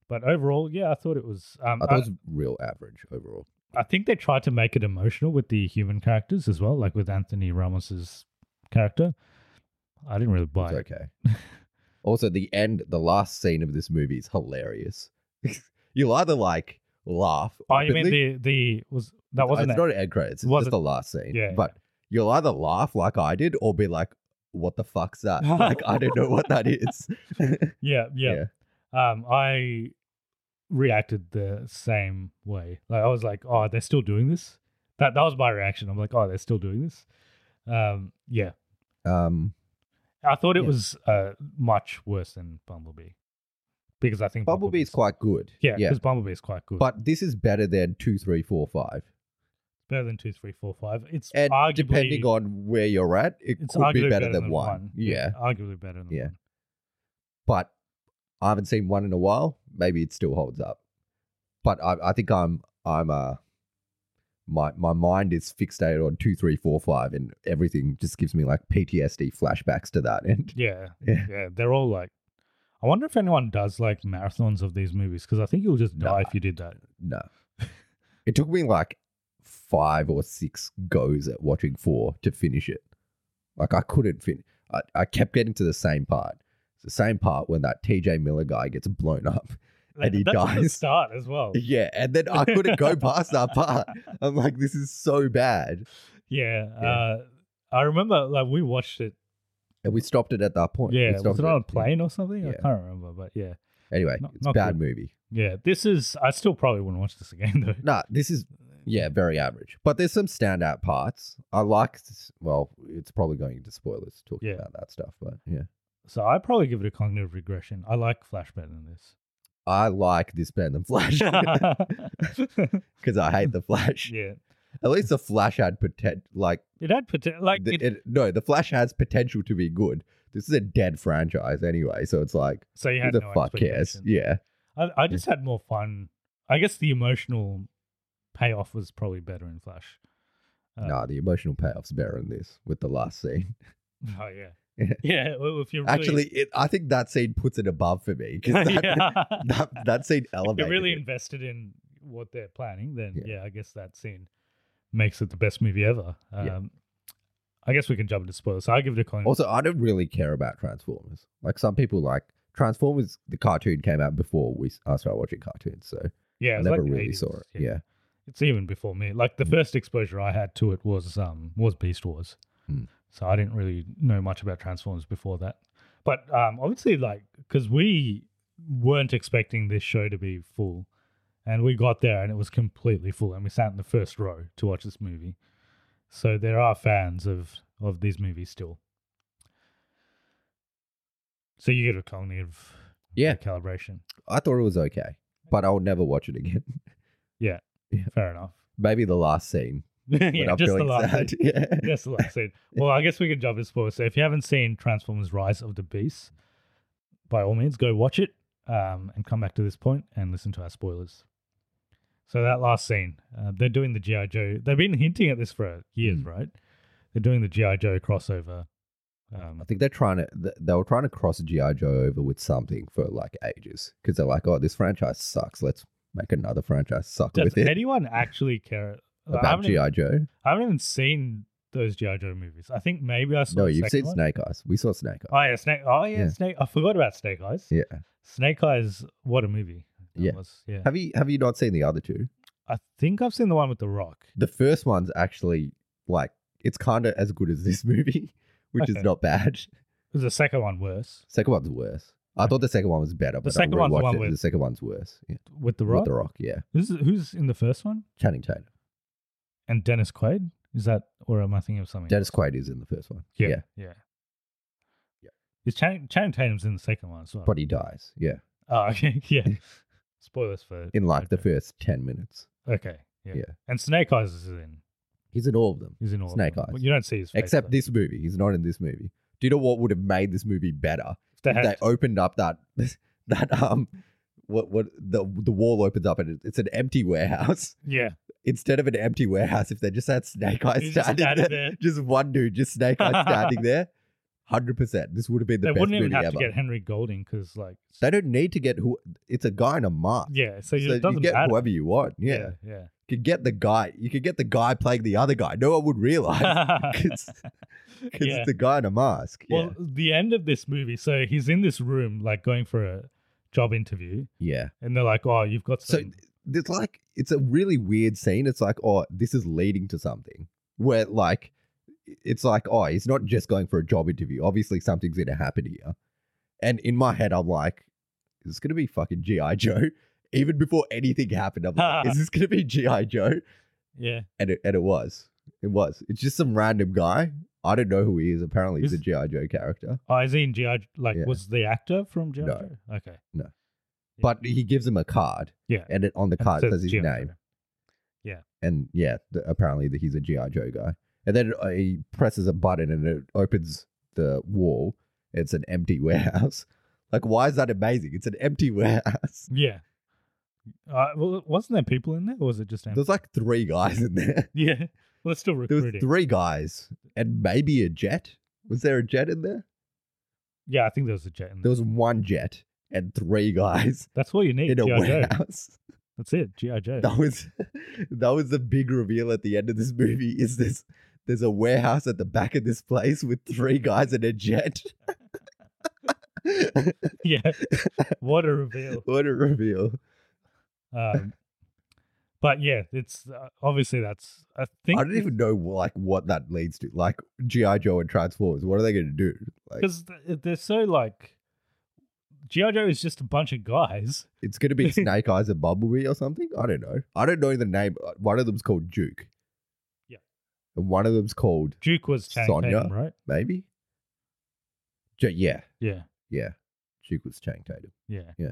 Speaker 1: But overall, yeah, I thought it was. Um,
Speaker 2: I thought
Speaker 1: I,
Speaker 2: it was real average overall.
Speaker 1: I think they tried to make it emotional with the human characters as well, like with Anthony Ramos's character. I didn't really buy
Speaker 2: It's
Speaker 1: it.
Speaker 2: okay. also, the end, the last scene of this movie is hilarious. You'll either like laugh.
Speaker 1: Oh,
Speaker 2: or
Speaker 1: you mean
Speaker 2: believe-
Speaker 1: the the was that wasn't
Speaker 2: it's
Speaker 1: it?
Speaker 2: not an end credits. It's just
Speaker 1: Wasn't-
Speaker 2: the last scene.
Speaker 1: Yeah,
Speaker 2: but you'll either laugh like I did, or be like, "What the fuck's that? like I don't know what that is."
Speaker 1: yeah, yeah, Um, I reacted the same way. Like I was like, oh, they're still doing this. That that was my reaction. I'm like, oh, they're still doing this. Um, yeah,
Speaker 2: um,
Speaker 1: I thought it
Speaker 2: Yeah.
Speaker 1: was uh much worse than Bumblebee because I think
Speaker 2: Bumblebee is
Speaker 1: Bumblebee's-
Speaker 2: quite good.
Speaker 1: yeah,
Speaker 2: yeah.
Speaker 1: because Bumblebee is quite good,
Speaker 2: But this is better than two, three, four, five.
Speaker 1: better than two, three, four, five. It's
Speaker 2: And
Speaker 1: arguably
Speaker 2: depending on where you're at, it
Speaker 1: it's
Speaker 2: could be
Speaker 1: arguably
Speaker 2: better, than, one. Yeah,
Speaker 1: arguably better than
Speaker 2: Yeah.
Speaker 1: one.
Speaker 2: but I haven't seen one in a while. Maybe it still holds up. But I, I think I'm I'm uh my my mind is fixated on two, three, four, five, and everything just gives me like PTSD flashbacks to that end.
Speaker 1: Yeah,
Speaker 2: Yeah.
Speaker 1: yeah, they're all like. I wonder if anyone does like marathons of these movies because I think you'll just die
Speaker 2: Nah.
Speaker 1: if you did that.
Speaker 2: No. it took me like five or six goes at watching four to finish it. Like I couldn't finish. I, I kept getting to the same part. It's the same part when that TJ Miller guy gets blown up. And he
Speaker 1: that's at the
Speaker 2: dies.
Speaker 1: start as well.
Speaker 2: Yeah, and then I couldn't go past that part. I'm like, this is so bad.
Speaker 1: Yeah,
Speaker 2: Yeah.
Speaker 1: Uh, I remember like we watched it.
Speaker 2: And we stopped it at that point. We
Speaker 1: Yeah, was
Speaker 2: stopped
Speaker 1: it on a
Speaker 2: Yeah.
Speaker 1: plane or something? I
Speaker 2: Yeah.
Speaker 1: can't remember, but yeah,
Speaker 2: Anyway,
Speaker 1: Not-
Speaker 2: it's a
Speaker 1: not
Speaker 2: bad
Speaker 1: good.
Speaker 2: movie.
Speaker 1: yeah. This is. I still probably wouldn't watch this again though.
Speaker 2: Nah, this is yeah, very average. But there's some standout parts. I liked. Well, it's probably going into spoilers talking
Speaker 1: Yeah.
Speaker 2: about that stuff, but yeah,
Speaker 1: So I probably give it a cognitive regression. I like Flash better than this.
Speaker 2: I like this better than Flash because I hate the Flash.
Speaker 1: yeah,
Speaker 2: At least the Flash had potential. Like,
Speaker 1: it had potential. Like
Speaker 2: the-
Speaker 1: it,
Speaker 2: it- no, the Flash has potential to be good. This is a dead franchise anyway, so it's like
Speaker 1: so you
Speaker 2: who
Speaker 1: had
Speaker 2: the
Speaker 1: no
Speaker 2: fuck cares?
Speaker 1: expectation.
Speaker 2: Yeah,
Speaker 1: I, I just had more fun. I guess the emotional payoff was probably better in Flash. Uh,
Speaker 2: nah, the emotional payoff's better in this with the last scene.
Speaker 1: Oh yeah. yeah. Well, if you really,
Speaker 2: Actually, it, I think that scene puts it above for me because that,
Speaker 1: Yeah.
Speaker 2: that that scene
Speaker 1: if you're
Speaker 2: elevated.
Speaker 1: really
Speaker 2: it.
Speaker 1: invested in what they're planning, then
Speaker 2: Yeah.
Speaker 1: yeah. I guess that scene makes it the best movie ever. Um,
Speaker 2: Yeah.
Speaker 1: I guess we can jump into spoilers. So I give it a coin.
Speaker 2: Also, I don't really care about Transformers. Like some people like Transformers. The cartoon came out before we I started watching cartoons, so
Speaker 1: yeah,
Speaker 2: I
Speaker 1: it was
Speaker 2: never
Speaker 1: like the
Speaker 2: really
Speaker 1: 80s,
Speaker 2: saw it. Yeah.
Speaker 1: it's even before me. Like the first exposure I had to it was um was Beast Wars,
Speaker 2: Hmm.
Speaker 1: so I didn't really know much about Transformers before that. But um, obviously, like because we weren't expecting this show to be full, and we got there and it was completely full, and we sat in the first row to watch this movie. So there are fans of of these movies still. So you get a cognitive
Speaker 2: Yeah.
Speaker 1: calibration.
Speaker 2: I thought it was okay, but I'll never watch it again.
Speaker 1: Fair enough.
Speaker 2: Maybe the last scene. when
Speaker 1: yeah,
Speaker 2: I'm
Speaker 1: just the
Speaker 2: feeling
Speaker 1: last.
Speaker 2: sad.
Speaker 1: bit.
Speaker 2: Yeah.
Speaker 1: Yes, the last scene. Well, I guess we could jump into spoilers. So if you haven't seen Transformers Rise of the Beast, by all means, go watch it um, and come back to this point and listen to our spoilers. So that last scene, uh, they're doing the G.I. Joe. They've been hinting at this for years,
Speaker 2: Mm.
Speaker 1: right? They're doing the G.I. Joe crossover. Um,
Speaker 2: I think they're trying to th- they were trying to cross GI Joe over with something for like ages because they're like, oh, this franchise sucks. Let's make another franchise suck
Speaker 1: does
Speaker 2: with it
Speaker 1: anyone actually care? I,
Speaker 2: about
Speaker 1: haven't even,
Speaker 2: GI Joe.
Speaker 1: I haven't even seen those G.I. Joe movies. I think maybe I saw
Speaker 2: No,
Speaker 1: the
Speaker 2: you've
Speaker 1: second
Speaker 2: seen
Speaker 1: one.
Speaker 2: Snake Eyes. We saw Snake Eyes.
Speaker 1: Oh, yeah, Snake. Oh, yeah,
Speaker 2: Yeah.
Speaker 1: Snake. I forgot about Snake Eyes.
Speaker 2: Yeah.
Speaker 1: Snake Eyes, what a movie. That
Speaker 2: Yeah.
Speaker 1: Was. Yeah.
Speaker 2: Have you have you not seen the other two?
Speaker 1: I think I've seen the one with The Rock.
Speaker 2: The first one's actually like it's kind of as good as this movie, which
Speaker 1: Okay.
Speaker 2: is not bad.
Speaker 1: Is the second one worse
Speaker 2: Second one's worse. I thought the second one was better, but
Speaker 1: second
Speaker 2: I
Speaker 1: one's the
Speaker 2: rewatched
Speaker 1: one
Speaker 2: it.
Speaker 1: with-
Speaker 2: the second one's worse. Yeah.
Speaker 1: with The
Speaker 2: With
Speaker 1: Rock?
Speaker 2: the Rock, yeah.
Speaker 1: Who's, who's in the first one?
Speaker 2: Channing Tatum.
Speaker 1: And Dennis Quaid? Is that, or am I thinking of something?
Speaker 2: Dennis Quaid is in the first one.
Speaker 1: Yeah. Yeah. Yeah. Is Channing, Channing Tatum's in the second one as well?
Speaker 2: But he dies. Yeah.
Speaker 1: Oh, okay. Yeah. Spoilers for.
Speaker 2: In like the
Speaker 1: okay.
Speaker 2: first 10 minutes.
Speaker 1: Okay. Yeah.
Speaker 2: Yeah.
Speaker 1: And Snake Eyes is in.
Speaker 2: He's in all of them.
Speaker 1: Is in all of
Speaker 2: Snake
Speaker 1: them.
Speaker 2: Eyes.
Speaker 1: Well, you don't see his face.
Speaker 2: Except
Speaker 1: though.
Speaker 2: this movie. He's not in this movie. Do you know what would have made this movie better?
Speaker 1: They
Speaker 2: If
Speaker 1: had-
Speaker 2: they opened up that, that, um, what, what, the, the wall opens up and it- it's an empty warehouse.
Speaker 1: yeah.
Speaker 2: Instead of an empty warehouse, if they just had Snake Eyes
Speaker 1: He's just
Speaker 2: standing
Speaker 1: standing
Speaker 2: there,
Speaker 1: there.
Speaker 2: just one dude, just Snake Eyes standing there, hundred percent. This would have been the
Speaker 1: they
Speaker 2: best
Speaker 1: wouldn't even
Speaker 2: movie
Speaker 1: have
Speaker 2: ever.
Speaker 1: to get Henry Golding because, like,
Speaker 2: they don't need to get who. It's a guy in a mask.
Speaker 1: yeah, so,
Speaker 2: so
Speaker 1: it
Speaker 2: you
Speaker 1: doesn't
Speaker 2: get
Speaker 1: matter.
Speaker 2: whoever you want. Yeah.
Speaker 1: yeah,
Speaker 2: you could get the guy. You could get the guy playing the other guy. No one would realize
Speaker 1: yeah.
Speaker 2: because
Speaker 1: Yeah.
Speaker 2: it's the guy in a mask. Yeah,
Speaker 1: Well, the end of this movie, so he's in this room, like going for a job interview,
Speaker 2: yeah.
Speaker 1: and they're like, "Oh, you've got
Speaker 2: So
Speaker 1: some."
Speaker 2: it's like it's a really weird scene. It's like, oh, this is leading to something where like it's like, oh, he's not just going for a job interview. Obviously, something's gonna happen here. And in my head, I'm like, is this gonna be fucking GI Joe? Even before anything happened, I'm like, is this gonna be GI Joe?
Speaker 1: yeah,
Speaker 2: And it and it was, it was. It's just some random guy. I don't know who he is. Apparently, he's a
Speaker 1: Is-
Speaker 2: GI Joe character.
Speaker 1: oh, is he in GI? Like,
Speaker 2: Yeah.
Speaker 1: was the actor from GI?
Speaker 2: No.
Speaker 1: Joe? Okay,
Speaker 2: But he gives him a card,
Speaker 1: yeah.
Speaker 2: and it, on the
Speaker 1: And
Speaker 2: card
Speaker 1: says
Speaker 2: says his
Speaker 1: Jim.
Speaker 2: name. And yeah, th- apparently that he's a GI Joe guy. And then uh, he presses a button, and it opens the wall. It's an empty warehouse. Like, why is that amazing? It's an empty warehouse.
Speaker 1: Yeah. Uh, well, wasn't there people in there, or was it just empty?
Speaker 2: There's like three guys in there.
Speaker 1: Yeah, well, it's still
Speaker 2: There was
Speaker 1: recruiting.
Speaker 2: three guys, and maybe a jet. Was there a jet in there?
Speaker 1: Yeah, I think there was a jet
Speaker 2: There
Speaker 1: in there.
Speaker 2: was one jet and three guys
Speaker 1: That's all you need.
Speaker 2: in a
Speaker 1: GI Joe.
Speaker 2: warehouse.
Speaker 1: That's it. GI Joe.
Speaker 2: that was that was the big reveal at the end of this movie is this there's a warehouse at the back of this place with three guys and a jet
Speaker 1: yeah. what a reveal.
Speaker 2: what a reveal
Speaker 1: Um, but yeah, it's uh, obviously that's. I think
Speaker 2: i don't even know like what that leads to like gi joe and transformers what are they going to do like
Speaker 1: because they're so like GI Joe is just a bunch of guys.
Speaker 2: it's going to be snake eyes and bumblebee or something i don't know i don't know the name uh, one of them's called duke
Speaker 1: Yeah.
Speaker 2: and one of them's called
Speaker 1: Duke was Channing
Speaker 2: Sonya?
Speaker 1: Tatum, right?
Speaker 2: maybe J- yeah
Speaker 1: Yeah,
Speaker 2: yeah duke was chang tatum
Speaker 1: yeah,
Speaker 2: Yeah.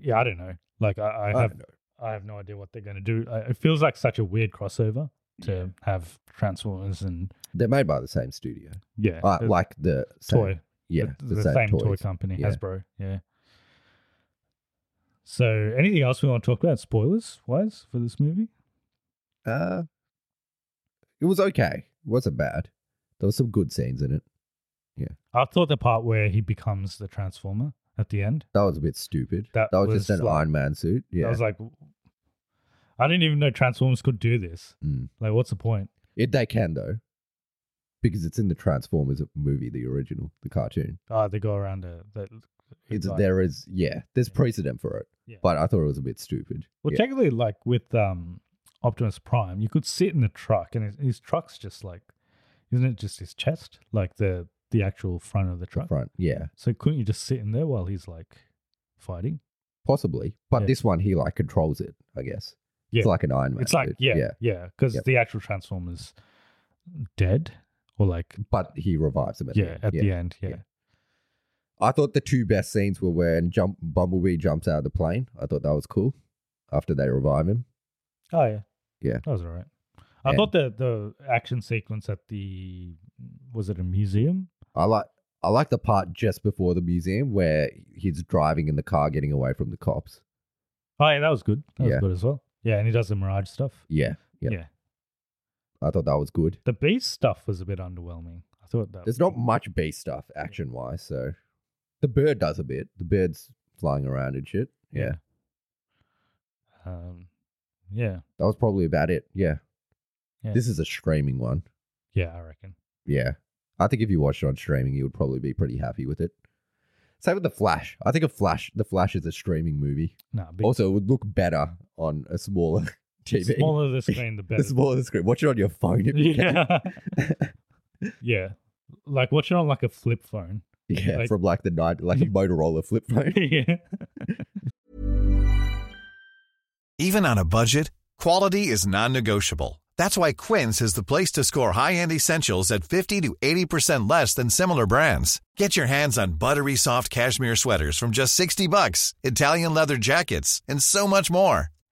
Speaker 1: yeah. I don't know. Like I, I
Speaker 2: i
Speaker 1: have,
Speaker 2: don't know
Speaker 1: I have no idea what they're going to do. I, it feels like such a weird crossover to have Transformers and
Speaker 2: they're made by the same studio
Speaker 1: yeah,
Speaker 2: Uh,
Speaker 1: the
Speaker 2: like the same-
Speaker 1: toy,
Speaker 2: yeah,
Speaker 1: the, the same toy
Speaker 2: toys.
Speaker 1: company,
Speaker 2: Yeah.
Speaker 1: Hasbro. Yeah. So, anything else we want to talk about, spoilers wise, for this movie?
Speaker 2: Uh, it was okay. It wasn't bad. There was some good scenes in it.
Speaker 1: I thought the part where he becomes the Transformer at the end.
Speaker 2: That was a bit stupid.
Speaker 1: That
Speaker 2: was,
Speaker 1: was
Speaker 2: just an
Speaker 1: like-
Speaker 2: Iron Man suit. Yeah,
Speaker 1: I was like, I didn't even know Transformers could do this.
Speaker 2: Mm.
Speaker 1: Like, what's the point?
Speaker 2: it they can though, because it's in the Transformers movie, the original, the cartoon.
Speaker 1: Oh, they go around a. The,
Speaker 2: It's, there is yeah, there's precedent for it.
Speaker 1: Yeah.
Speaker 2: But I thought it was a bit stupid.
Speaker 1: Well,
Speaker 2: yeah.
Speaker 1: technically, like with um Optimus Prime, you could sit in the truck, and his, his truck's just like, isn't it just his chest, like the the actual front of the truck?
Speaker 2: front. Yeah,
Speaker 1: So couldn't you just sit in there while he's like fighting?
Speaker 2: possibly. But
Speaker 1: Yeah.
Speaker 2: this one, he like controls it. I guess.
Speaker 1: Yeah.
Speaker 2: It's like an Iron Man.
Speaker 1: it's like
Speaker 2: suit.
Speaker 1: yeah,
Speaker 2: yeah.
Speaker 1: yeah, because
Speaker 2: Yep.
Speaker 1: the actual Transformers dead or like
Speaker 2: But he revives him. At
Speaker 1: yeah
Speaker 2: the end.
Speaker 1: at the end, yeah.
Speaker 2: yeah. I thought the two best scenes were when jump Bumblebee jumps out of the plane. I thought that was cool. After they revive him,
Speaker 1: Oh yeah.
Speaker 2: Yeah.
Speaker 1: That was all right. I
Speaker 2: And-
Speaker 1: thought the the action sequence at the was it a museum?
Speaker 2: I like I like the part just before the museum where he's driving in the car, getting away from the cops.
Speaker 1: Oh yeah, that was good. That
Speaker 2: Yeah.
Speaker 1: was good as well. Yeah, and he does the Mirage stuff.
Speaker 2: Yeah, yeah.
Speaker 1: Yeah.
Speaker 2: I thought that was good.
Speaker 1: The Beast stuff was a bit underwhelming. I thought that
Speaker 2: There's
Speaker 1: was
Speaker 2: not much B stuff action wise, so the bird does a bit. The bird's flying around and shit. Yeah,
Speaker 1: Yeah. um yeah.
Speaker 2: that was probably about it. Yeah.
Speaker 1: Yeah.
Speaker 2: this is a streaming one.
Speaker 1: Yeah, I reckon.
Speaker 2: Yeah, I think if you watched it on streaming, you would probably be pretty happy with it. Same with the Flash. I think a Flash, the Flash is a streaming movie.
Speaker 1: Nah, big,
Speaker 2: Also, it would look better on a smaller TV.
Speaker 1: smaller the screen the better.
Speaker 2: The smaller the screen. Watch it on your phone if you can.
Speaker 1: yeah. yeah. Like watching on like a flip phone.
Speaker 2: Yeah,
Speaker 1: Like-
Speaker 2: from like the night, like a Motorola flip phone.
Speaker 1: yeah.
Speaker 3: Even on a budget, quality is non-negotiable. That's why Quince is the place to score high-end essentials at 50 to 80% less than similar brands. Get your hands on buttery soft cashmere sweaters from just 60 bucks, Italian leather jackets, and so much more.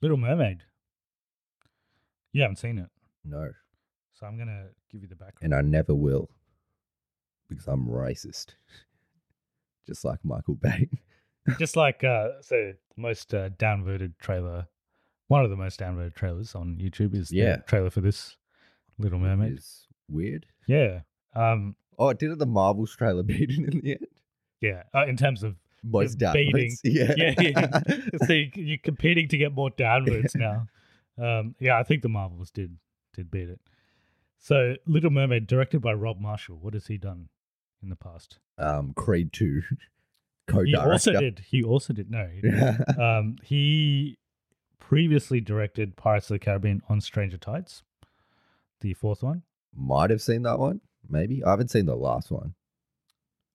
Speaker 1: Little Mermaid. You haven't seen it,
Speaker 2: No,
Speaker 1: so I'm gonna give you the background.
Speaker 2: and I never will, because I'm racist, just like Michael Bay.
Speaker 1: just like uh so most uh, downvoted trailer one of the most downvoted trailers on youtube is
Speaker 2: Yeah.
Speaker 1: the trailer for this little mermaid
Speaker 2: It's weird.
Speaker 1: yeah um
Speaker 2: Oh, did not the Marvels trailer beat it in the end?
Speaker 1: yeah uh, in terms of
Speaker 2: Most
Speaker 1: Just beating.
Speaker 2: downvotes. Yeah.
Speaker 1: yeah, yeah. so you, you're competing to get more downvotes now um yeah i think the marvels did did beat it so little mermaid directed by rob marshall what has he done in the past
Speaker 2: um, Creed Two, co-director.
Speaker 1: he also did he also did no he didn't. um, he previously directed Pirates of the Caribbean on Stranger Tides, the fourth one.
Speaker 2: Might have seen that one. Maybe I haven't seen the last one.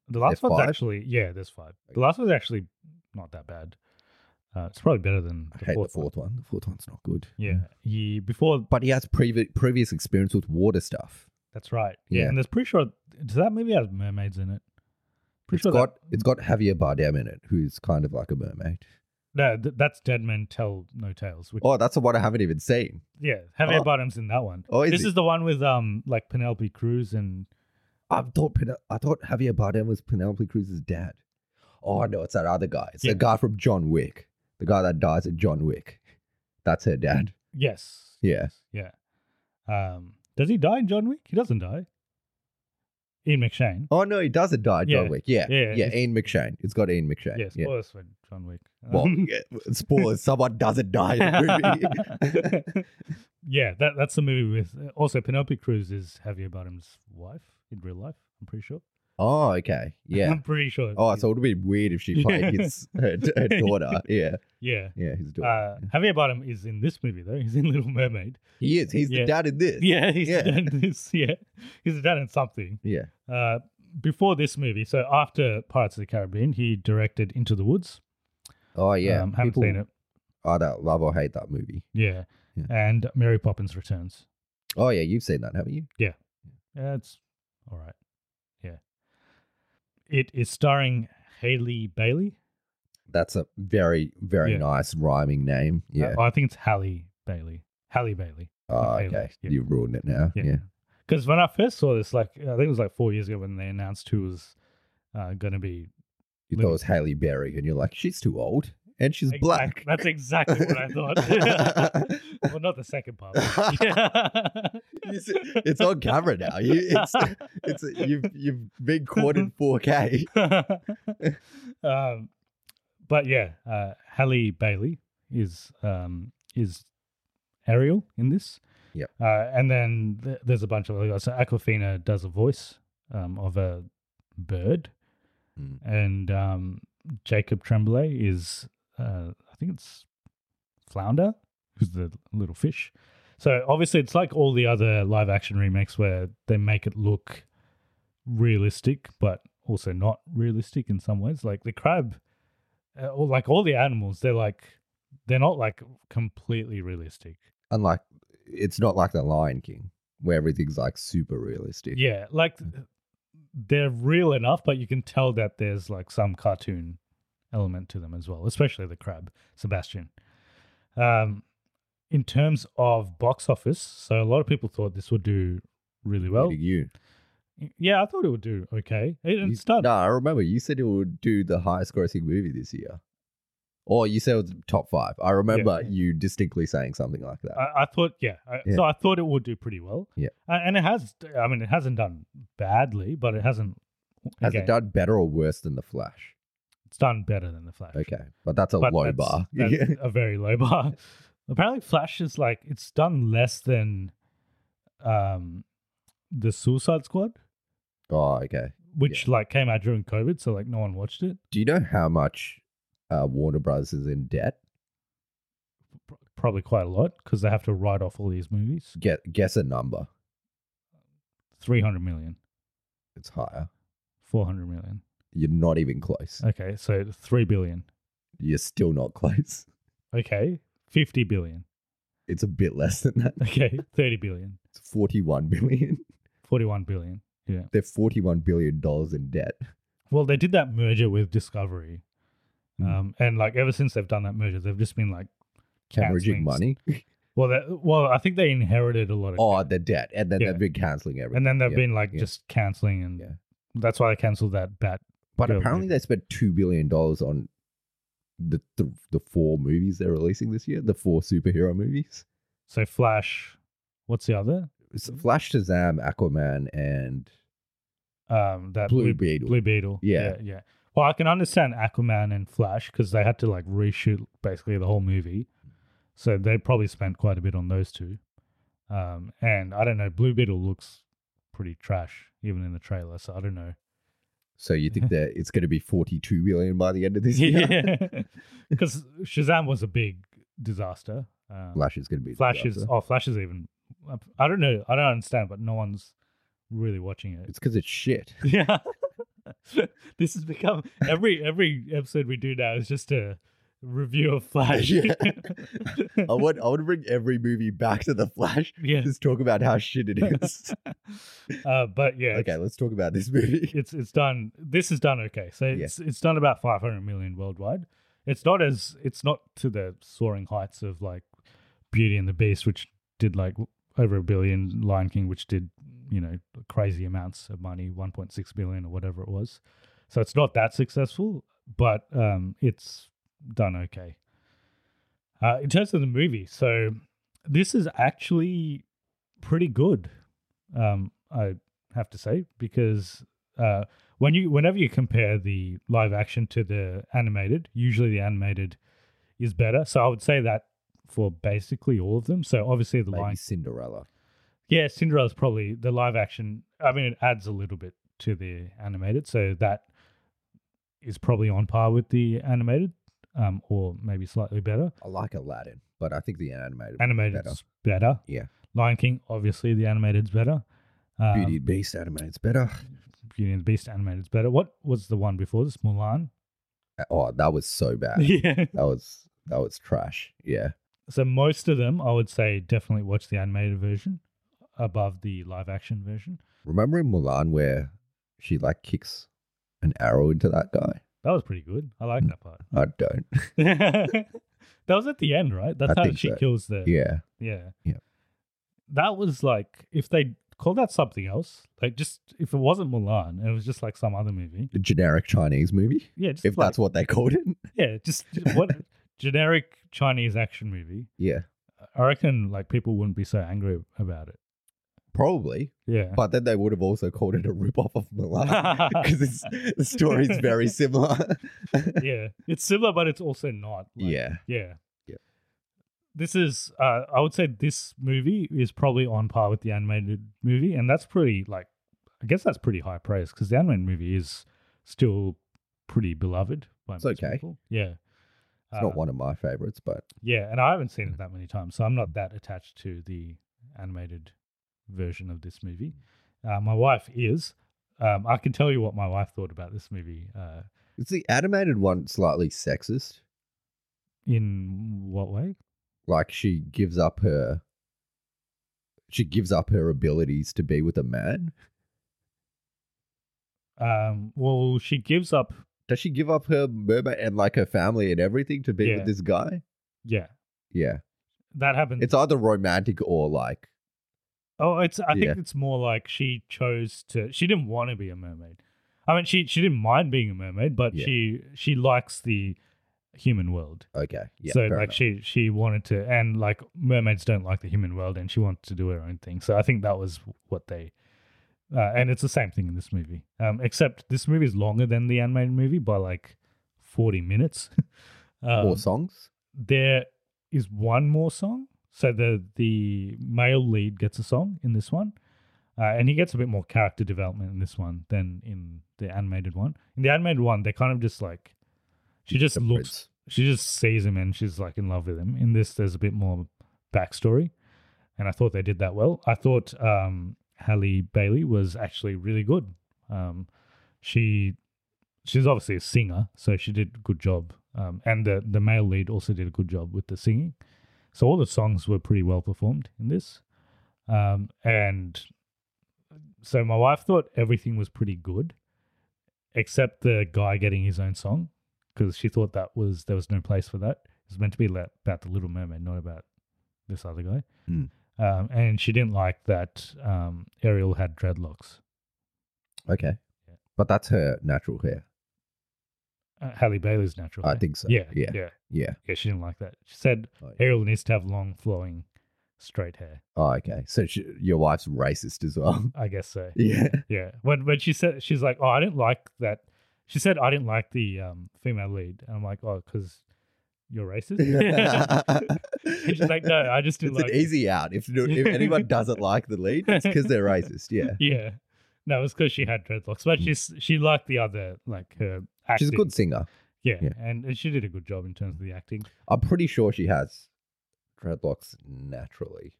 Speaker 1: The last
Speaker 2: There's
Speaker 1: one's
Speaker 2: five?
Speaker 1: actually yeah, there's five. The last one's actually not that bad. Uh, it's probably better than
Speaker 2: I
Speaker 1: the
Speaker 2: hate
Speaker 1: fourth,
Speaker 2: the fourth Mm. one. The fourth one's not good.
Speaker 1: one. Yeah, he before
Speaker 2: But he has previ- previous experience with water stuff.
Speaker 1: that's right. Yeah,
Speaker 2: Yeah.
Speaker 1: and there's pretty sure does that movie have mermaids in it?
Speaker 2: It's
Speaker 1: sure
Speaker 2: got
Speaker 1: that-
Speaker 2: it's got Javier Bardem in it, who's kind of like a mermaid.
Speaker 1: No, th- that's Dead Men Tell No Tales. Which,
Speaker 2: Oh, that's the one I haven't even seen.
Speaker 1: yeah, Javier
Speaker 2: oh.
Speaker 1: Bardem's in that one.
Speaker 2: Oh, is
Speaker 1: this
Speaker 2: he?
Speaker 1: is the one with um like Penelope Cruz and
Speaker 2: I thought Pen- I thought Javier Bardem was Penelope Cruz's dad. Oh no, it's that other guy. It's
Speaker 1: Yeah.
Speaker 2: the guy from John Wick. The guy that dies at John Wick. That's her dad.
Speaker 1: Yes.
Speaker 2: Yeah.
Speaker 1: yes, Yeah. Um, does he die in John Wick? He doesn't die. Ian McShane.
Speaker 2: Oh no, he doesn't die at
Speaker 1: Yeah.
Speaker 2: John Wick. Yeah,
Speaker 1: Yeah,
Speaker 2: yeah,
Speaker 1: it's-
Speaker 2: Ian McShane. It's got Ian McShane.
Speaker 1: yes, yeah,
Speaker 2: yeah.
Speaker 1: spoilers for John Wick.
Speaker 2: Well,
Speaker 1: Um,
Speaker 2: yeah, spoilers. Someone doesn't die in the movie.
Speaker 1: yeah, that that's the movie with. uh, Also, Penelope Cruz is Javier Bardem's wife in real life. I'm pretty sure.
Speaker 2: oh, okay. Yeah.
Speaker 1: I'm pretty sure.
Speaker 2: Oh, so it would be weird if she played his her, her daughter. Yeah,
Speaker 1: yeah.
Speaker 2: yeah, his daughter.
Speaker 1: Uh, Javier Bardem is in this movie though. He's in Little Mermaid.
Speaker 2: he is. He's
Speaker 1: yeah.
Speaker 2: the dad in this.
Speaker 1: Yeah, he's
Speaker 2: yeah.
Speaker 1: done this. Yeah, he's done in something.
Speaker 2: yeah.
Speaker 1: Uh, before this movie, so after Pirates of the Caribbean, he directed Into the Woods.
Speaker 2: Oh, yeah.
Speaker 1: um, haven't
Speaker 2: People
Speaker 1: seen it.
Speaker 2: either love or hate that movie.
Speaker 1: Yeah.
Speaker 2: Yeah.
Speaker 1: And Mary Poppins Returns.
Speaker 2: Oh, yeah. You've seen that, haven't you?
Speaker 1: Yeah, it's all right. Yeah. It is starring Haley Bailey.
Speaker 2: That's a very, very
Speaker 1: Yeah.
Speaker 2: nice rhyming name. Yeah.
Speaker 1: Uh, I think it's Hallie Bailey. Hallie Bailey.
Speaker 2: oh,
Speaker 1: Haley,
Speaker 2: okay.
Speaker 1: yeah.
Speaker 2: You've ruined it now. Yeah.
Speaker 1: Because when I first saw this, like, I think it was like four years ago when they announced who was uh, going to be.
Speaker 2: You thought it was Haley Berry, and you're like, she's too old, and she's
Speaker 1: Exact-
Speaker 2: black.
Speaker 1: That's exactly what I thought. well, not the second part. but-
Speaker 2: You see- it's on camera now. You, it's, it's you've you've been caught in 4K.
Speaker 1: um, but yeah, uh, Halle Bailey is um, is Ariel in this.
Speaker 2: Yep.
Speaker 1: Uh, and then th- there's a bunch of other guys. So Aquafina does a voice um, of a bird,
Speaker 2: Mm.
Speaker 1: and um, Jacob Tremblay is uh, I think it's Flounder, who's the little fish. So obviously, it's like all the other live action remakes where they make it look realistic, but also not realistic in some ways. Like the crab, uh, or like all the animals, they're like they're not like completely realistic.
Speaker 2: Unlike it's not like the Lion King where everything's like super realistic.
Speaker 1: Yeah, like they're real enough, but you can tell that there's like some cartoon element to them as well, especially the crab, Sebastian. Um, in terms of box office, so a lot of people thought this would do really well.
Speaker 2: Meaning you.
Speaker 1: Yeah, I thought it would do okay. It,
Speaker 2: you
Speaker 1: it's done.
Speaker 2: No, I remember you said it would do the highest grossing movie this year. Or you said it was top five. I remember you distinctly saying something like that.
Speaker 1: I, I thought, yeah, I,
Speaker 2: Yeah.
Speaker 1: So I thought it would do pretty well.
Speaker 2: Yeah.
Speaker 1: A- and it has. I mean, it hasn't done badly, but it hasn't.
Speaker 2: Has
Speaker 1: again,
Speaker 2: it done better or worse than The Flash?
Speaker 1: It's done better than the Flash.
Speaker 2: Okay. But that's a
Speaker 1: But
Speaker 2: low
Speaker 1: that's-
Speaker 2: bar.
Speaker 1: that's a very low bar. Apparently, Flash is like it's done less than, um, the Suicide Squad,
Speaker 2: oh, okay.
Speaker 1: which like came out during COVID, so like no one watched it.
Speaker 2: Do you know how much uh, Warner Brothers is in debt?
Speaker 1: Pr- Probably quite a lot because they have to write off all these movies.
Speaker 2: Guess, guess a number.
Speaker 1: Three hundred million,
Speaker 2: It's higher.
Speaker 1: four hundred million.
Speaker 2: You're not even close.
Speaker 1: Okay, so three billion.
Speaker 2: You're still not close.
Speaker 1: Okay, fifty billion.
Speaker 2: It's a bit less than that.
Speaker 1: Okay, thirty billion.
Speaker 2: It's 41 billion.
Speaker 1: Forty-one billion. Yeah.
Speaker 2: They're 41 billion dollars in debt.
Speaker 1: Well, they did that merger with Discovery,
Speaker 2: Hmm.
Speaker 1: um, and like ever since they've done that merger, they've just been like
Speaker 2: Hemorrhaging
Speaker 1: canceling
Speaker 2: money.
Speaker 1: Well, that, well, I think they inherited a lot of,
Speaker 2: Oh, the debt. And then
Speaker 1: Yeah.
Speaker 2: they've been canceling everything.
Speaker 1: and then they've
Speaker 2: Yeah,
Speaker 1: been like
Speaker 2: yeah.
Speaker 1: just canceling, and
Speaker 2: Yeah.
Speaker 1: that's why they cancelled that bat.
Speaker 2: But
Speaker 1: Girl
Speaker 2: apparently
Speaker 1: movie.
Speaker 2: they spent $2 billion on the, the, the four movies they're releasing this year, the four superhero movies.
Speaker 1: So Flash, what's the other?
Speaker 2: It's Flash, Shazam, Aquaman, and
Speaker 1: Um, that
Speaker 2: Blue Beetle.
Speaker 1: Blue Beetle.
Speaker 2: Yeah.
Speaker 1: yeah, yeah. Well, I can understand Aquaman and Flash because they had to like reshoot basically the whole movie, so they probably spent quite a bit on those two. Um, and I don't know, Blue Beetle looks pretty trash even in the trailer, so I don't know.
Speaker 2: so you think that it's going to be 42 billion by the end of this year?
Speaker 1: because Shazam was a big disaster. Um,
Speaker 2: Flash is going to be the
Speaker 1: Flash is
Speaker 2: disaster.
Speaker 1: oh Flash is even I don't know I don't understand but no one's really watching it.
Speaker 2: It's because it's shit.
Speaker 1: yeah. this has become every every episode we do now is just a review of Flash.
Speaker 2: Yeah. Oh. I want I want to bring every movie back to the Flash.
Speaker 1: Yeah.
Speaker 2: Just talk about how shit it is.
Speaker 1: uh, but yeah,
Speaker 2: okay,
Speaker 1: it's,
Speaker 2: let's talk about this movie.
Speaker 1: it's it's done. This is done okay. So it's it's done about 500 million worldwide. It's not as it's not to the soaring heights of like Beauty and the Beast, which did like over a billion, Lion King, which did you know crazy amounts of money, 1.6 billion or whatever it was. So it's not that successful, but um, it's done okay. Uh, in terms of the movie, so this is actually pretty good. Um, I have to say because uh, when you whenever you compare the live action to the animated, usually the animated is better. So I would say that for basically all of them. So obviously the
Speaker 2: Maybe
Speaker 1: Lion
Speaker 2: Cinderella.
Speaker 1: yeah, Cinderella's probably the live action. I mean, it adds a little bit to the animated, so that is probably on par with the animated, um, or maybe slightly better.
Speaker 2: I like Aladdin, but I think the animated.
Speaker 1: Animated's
Speaker 2: better.
Speaker 1: better.
Speaker 2: Yeah.
Speaker 1: Lion King, obviously, the animated's better. Um,
Speaker 2: Beauty and Beast animated's better.
Speaker 1: Beauty and the Beast animated's better. What was the one before this? Mulan.
Speaker 2: Oh, that was so bad.
Speaker 1: Yeah.
Speaker 2: That was that was trash. Yeah.
Speaker 1: So most of them, I would say, definitely watch the animated version above the live action version.
Speaker 2: Remember in Mulan where she like kicks an arrow into that guy?
Speaker 1: That was pretty good. I
Speaker 2: Mm.
Speaker 1: like that part.
Speaker 2: I don't.
Speaker 1: that was at the end, right? That's
Speaker 2: I
Speaker 1: how
Speaker 2: think
Speaker 1: she
Speaker 2: so.
Speaker 1: kills the
Speaker 2: Yeah.
Speaker 1: Yeah.
Speaker 2: Yeah.
Speaker 1: That was like if they called that something else, like just if it wasn't Mulan, it was just like some other movie.
Speaker 2: A generic Chinese movie.
Speaker 1: Yeah, just
Speaker 2: If
Speaker 1: like-
Speaker 2: that's what they called it.
Speaker 1: yeah, just just what generic Chinese action movie.
Speaker 2: Yeah.
Speaker 1: I reckon like people wouldn't be so angry about it.
Speaker 2: Probably.
Speaker 1: Yeah.
Speaker 2: But then they would have also called it a ripoff of Mulan because the story is very similar.
Speaker 1: yeah, it's similar, but it's also not. like-
Speaker 2: yeah.
Speaker 1: Yeah.
Speaker 2: Yeah.
Speaker 1: This is, uh, I would say, this movie is probably on par with the animated movie, and that's pretty like, I guess that's pretty high praise because the animated movie is still pretty beloved by
Speaker 2: It's
Speaker 1: most
Speaker 2: okay.
Speaker 1: people. Yeah,
Speaker 2: It's
Speaker 1: uh,
Speaker 2: not one of my favorites, but
Speaker 1: Yeah, and I haven't seen it that many times, so I'm not that attached to the animated version of this movie. Uh, my wife is. Um, I can tell you what my wife thought about this movie. Uh,
Speaker 2: it's the animated one slightly sexist.
Speaker 1: in what way?
Speaker 2: Like she gives up her she gives up her abilities to be with a man?
Speaker 1: Um, well, she gives up.
Speaker 2: Does she give up her mermaid and like her family and everything to be
Speaker 1: Yeah. Mm.
Speaker 2: with this guy?
Speaker 1: Yeah,
Speaker 2: Yeah.
Speaker 1: that happens.
Speaker 2: It's either romantic or like
Speaker 1: oh, it's.
Speaker 2: Yeah.
Speaker 1: I think it's more like she chose to. She didn't want to be a mermaid. I mean, she she didn't mind being a mermaid, but
Speaker 2: Yeah.
Speaker 1: she she likes the human world.
Speaker 2: okay. Yeah.
Speaker 1: so like
Speaker 2: fair enough.
Speaker 1: she she wanted to, and like mermaids don't like the human world, and she wanted to do her own thing. So I think that was what they. Uh, and it's the same thing in this movie, um, except this movie is longer than the animated movie by like forty minutes. um,
Speaker 2: more songs?
Speaker 1: there is one more song. So the the male lead gets a song in this one, uh, and he gets a bit more character development in this one than in the animated one. In the animated one, they kind of just like she just
Speaker 2: The
Speaker 1: looks,
Speaker 2: prince.
Speaker 1: she just sees him, and she's like in love with him. In this, there's a bit more backstory, and I thought they did that well. I thought um, Halle Bailey was actually really good. Um, she she's obviously a singer, so she did a good job. Um, and the the male lead also did a good job with the singing. So all the songs were pretty well performed in this. Um, and so my wife thought everything was pretty good, except the guy getting his own song, because she thought that was there was no place for that. It's meant to be le- about the Little Mermaid, not about this other guy.
Speaker 2: Hmm.
Speaker 1: Um, and she didn't like that um, Ariel had dreadlocks.
Speaker 2: Okay. But that's her natural hair.
Speaker 1: Uh, Halle Bailey's natural.
Speaker 2: I
Speaker 1: hair.
Speaker 2: think so.
Speaker 1: Yeah,
Speaker 2: Yeah.
Speaker 1: yeah.
Speaker 2: Yeah.
Speaker 1: Yeah, she didn't like that. She said
Speaker 2: Oh, yeah.
Speaker 1: Ariel needs to have long, flowing, straight hair.
Speaker 2: Oh, okay. So she, your wife's racist as well.
Speaker 1: I guess so.
Speaker 2: yeah.
Speaker 1: Yeah. When when she said she's like, oh, I didn't like that. She said I didn't like the um, female lead. And I'm like, oh, because you're racist. she's like, no, I just
Speaker 2: It's
Speaker 1: didn't like.
Speaker 2: an easy out. If, if anyone doesn't like the lead, it's because they're racist. Yeah.
Speaker 1: Yeah. No, it's because she had dreadlocks, but she's she liked the other like her acting.
Speaker 2: She's a good singer.
Speaker 1: Yeah,
Speaker 2: yeah.
Speaker 1: and and she did a good job in terms of the acting.
Speaker 2: I'm pretty sure she has dreadlocks naturally.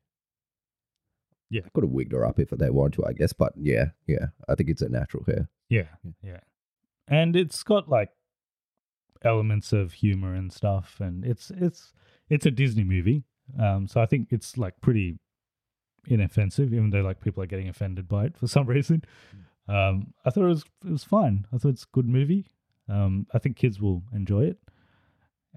Speaker 1: Yeah.
Speaker 2: I could have wigged her up if they wanted to, I guess. But yeah, yeah. I think it's a natural hair.
Speaker 1: Yeah, yeah. And it's got like elements of humor and stuff and it's it's it's a Disney movie. Um so I think it's like pretty inoffensive even though like people are getting offended by it for some reason. Um I thought it was it was fine. I thought it's a good movie. Um I think kids will enjoy it.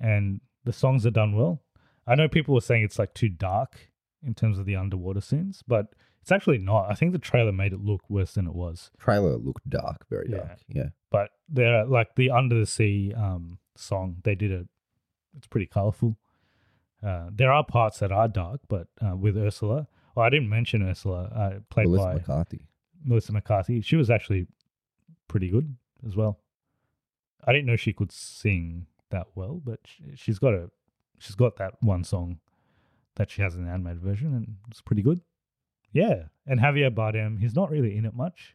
Speaker 1: And the songs are done well. I know people were saying it's like too dark in terms of the underwater scenes, but it's actually not. I think the trailer made it look worse than it was
Speaker 2: Trailer looked dark, very
Speaker 1: Yeah.
Speaker 2: dark. Yeah.
Speaker 1: but they're like the under the sea um song they did it it's pretty colorful uh there are parts that are dark but uh, with ursula oh, i didn't mention ursula uh, played
Speaker 2: Melissa
Speaker 1: by
Speaker 2: McCarthy.
Speaker 1: melissa mccarthy she was actually pretty good as well i didn't know she could sing that well but sh- she's got a she's got that one song that she has in the animated version and it's pretty good yeah and javier bardem he's not really in it much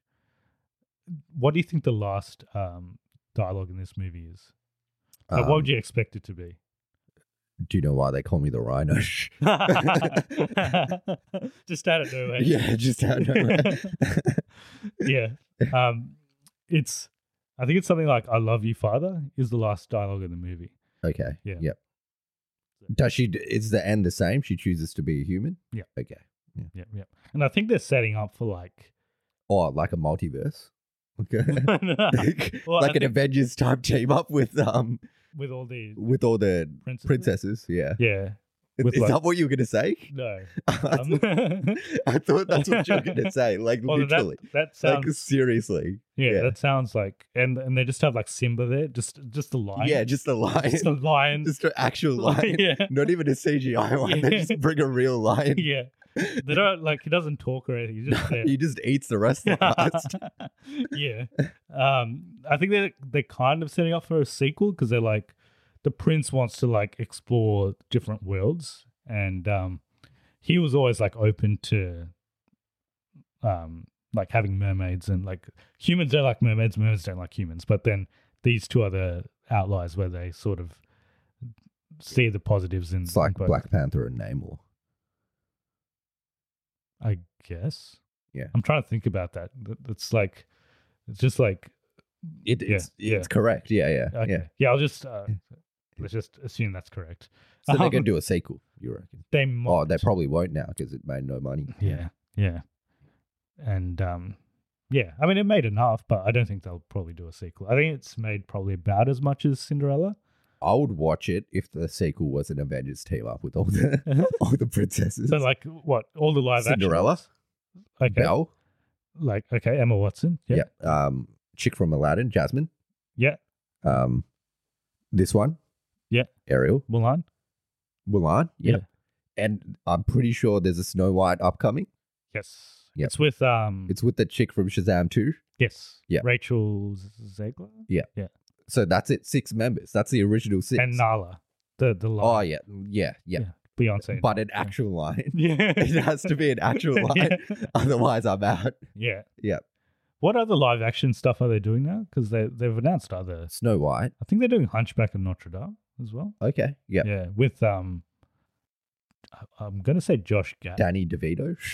Speaker 1: what do you think the last um, dialogue in this movie is? Like, Uh, what would
Speaker 2: Um,
Speaker 1: you expect it to be?
Speaker 2: Do you know why they call me the rhino?
Speaker 1: Just out of nowhere.
Speaker 2: yeah, just out of nowhere.
Speaker 1: yeah. Um, it's, I think it's something like "I love you, father" is the last dialogue in the movie.
Speaker 2: Okay.
Speaker 1: Yeah.
Speaker 2: Yep. Does she? Is the end the same? She chooses to be a human.
Speaker 1: Yeah.
Speaker 2: Okay.
Speaker 1: Yeah, yeah. And I think they're setting up for like,
Speaker 2: Or like a multiverse. Okay.
Speaker 1: Well, I
Speaker 2: like an
Speaker 1: think
Speaker 2: Avengers type team up with um
Speaker 1: with all the
Speaker 2: with all the
Speaker 1: princesses.
Speaker 2: princesses. Yeah.
Speaker 1: Yeah.
Speaker 2: Is-
Speaker 1: with
Speaker 2: is
Speaker 1: like-
Speaker 2: that what you were gonna say?
Speaker 1: No.
Speaker 2: I,
Speaker 1: Um,
Speaker 2: thought, I thought that's what you were gonna say. Like
Speaker 1: although
Speaker 2: literally.
Speaker 1: that, that
Speaker 2: like
Speaker 1: sounds
Speaker 2: seriously.
Speaker 1: Yeah,
Speaker 2: Yeah.
Speaker 1: that sounds like and and they just have like Simba there, just just the lion.
Speaker 2: Yeah, just a lion.
Speaker 1: just a lion.
Speaker 2: Just an actual lion.
Speaker 1: yeah,
Speaker 2: Not even a CGI one. They
Speaker 1: Yeah.
Speaker 2: just bring a real lion.
Speaker 1: yeah. They don't like he doesn't talk or anything. He's just there.
Speaker 2: he just eats the rest of us.
Speaker 1: Mm, yeah. Um, I think they're they're kind of setting up for a sequel because they're like the prince wants to like explore different worlds, and um, he was always like open to um like having mermaids and like humans don't like mermaids, mermaids don't like humans, but then these two other outliers where they sort of see the positives in
Speaker 2: It's like
Speaker 1: in both,
Speaker 2: Black Panther and Namor.
Speaker 1: I guess.
Speaker 2: Yeah.
Speaker 1: I'm trying to think about that. That- That's like it's just like
Speaker 2: It,
Speaker 1: Yeah,
Speaker 2: it's
Speaker 1: yeah.
Speaker 2: it's correct. Yeah, yeah,
Speaker 1: Okay.
Speaker 2: yeah.
Speaker 1: Yeah. I'll just. Uh, Let's just assume that's correct.
Speaker 2: So they're
Speaker 1: Um,
Speaker 2: going to do a sequel, you reckon?
Speaker 1: They
Speaker 2: Oh, they
Speaker 1: might.
Speaker 2: probably won't now because it made no money.
Speaker 1: Yeah, yeah, and um, yeah. I mean, it made enough, but I don't think they'll probably do a sequel. I think it's made probably about as much as Cinderella.
Speaker 2: I would watch it if the sequel was an Avengers team up with all the all the princesses.
Speaker 1: Uh-huh. So, like, what all the live
Speaker 2: Cinderella,
Speaker 1: action? Cinderella, okay,
Speaker 2: Belle,
Speaker 1: like okay, Emma Watson. Yeah,
Speaker 2: yeah. um, chick from Aladdin, Jasmine,
Speaker 1: yeah,
Speaker 2: um, this one,
Speaker 1: Yeah.
Speaker 2: Ariel,
Speaker 1: Mulan.
Speaker 2: Mulan, yeah. And I'm pretty sure there's a Snow White upcoming.
Speaker 1: Yes,
Speaker 2: Yeah.
Speaker 1: it's with um,
Speaker 2: It's with the chick from Shazam too.
Speaker 1: yes,
Speaker 2: yeah.
Speaker 1: Rachel Zegler
Speaker 2: So that's it. Six members. That's the original six.
Speaker 1: and Nala, the the
Speaker 2: oh
Speaker 1: lion.
Speaker 2: yeah, yeah, yeah.
Speaker 1: Beyonce,
Speaker 2: But an
Speaker 1: Yeah.
Speaker 2: actual line.
Speaker 1: Yeah,
Speaker 2: it has to be an actual line.
Speaker 1: Yeah.
Speaker 2: Otherwise, I'm out.
Speaker 1: Yeah.
Speaker 2: Yeah.
Speaker 1: What other live action stuff are they doing now? Because they they've announced other.
Speaker 2: Snow White.
Speaker 1: I think they're doing Hunchback of Notre Dame as well.
Speaker 2: Okay. Yeah.
Speaker 1: Yeah, with um, I- I'm gonna say Josh Gad.
Speaker 2: Danny DeVito.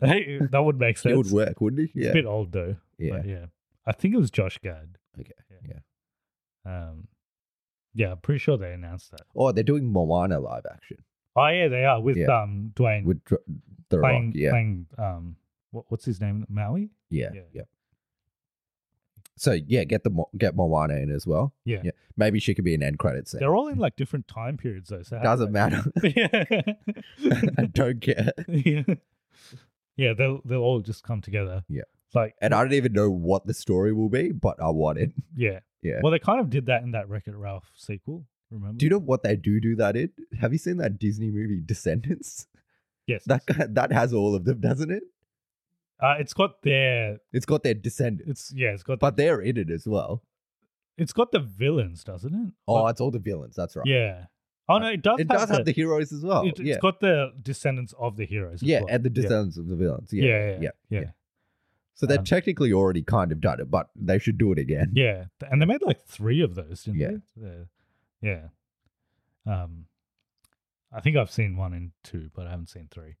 Speaker 1: Hey, that would make sense.
Speaker 2: it would work, wouldn't it?
Speaker 1: He's
Speaker 2: Yeah.
Speaker 1: a bit old though. but
Speaker 2: Yeah.
Speaker 1: yeah. I think it was Josh Gad.
Speaker 2: Okay. Yeah.
Speaker 1: Um, yeah, I'm pretty sure they announced that.
Speaker 2: Oh, they're doing Moana live action
Speaker 1: Oh yeah, they are with
Speaker 2: Yeah.
Speaker 1: um Dwayne
Speaker 2: with Dr- The
Speaker 1: playing
Speaker 2: Rock. Yeah.
Speaker 1: playing um what, what's his name Maui.
Speaker 2: yeah. Yeah.
Speaker 1: yeah.
Speaker 2: So yeah, get the Mo- get Moana in as well.
Speaker 1: Yeah.
Speaker 2: Yeah. Maybe she could be an end credit scene.
Speaker 1: They're all in like different time periods though. So how do
Speaker 2: Doesn't
Speaker 1: they-
Speaker 2: matter. I don't care.
Speaker 1: yeah. yeah, they'll they'll all just come together.
Speaker 2: Yeah.
Speaker 1: Like
Speaker 2: And I don't even know what the story will be, but I want it.
Speaker 1: yeah.
Speaker 2: Yeah.
Speaker 1: Well, they kind of did that in that Wreck It Ralph sequel. Remember?
Speaker 2: Do you know what they do do that in? Have you seen that Disney movie Descendants?
Speaker 1: Yes.
Speaker 2: That that has all of them, doesn't it?
Speaker 1: uh, it's got their.
Speaker 2: It's got their descendants,
Speaker 1: It's yeah. It's got.
Speaker 2: but they're in it as well.
Speaker 1: it's got the villains, doesn't it?
Speaker 2: Oh,
Speaker 1: Or-
Speaker 2: it's all the villains. That's right.
Speaker 1: yeah. Oh no, it does.
Speaker 2: it does have the heroes as well.
Speaker 1: It,
Speaker 2: yeah,
Speaker 1: has got the descendants of the heroes. as
Speaker 2: yeah,
Speaker 1: well.
Speaker 2: and the
Speaker 1: Yeah.
Speaker 2: descendants of the villains. Yeah,
Speaker 1: Yeah. Yeah. Yeah. yeah.
Speaker 2: So they're
Speaker 1: Um,
Speaker 2: technically already kind of done it, but they should do it again.
Speaker 1: Yeah, th- and they made like three of those, didn't
Speaker 2: Yeah.
Speaker 1: they? The- yeah. Um, I think I've seen one and two, but I haven't seen three.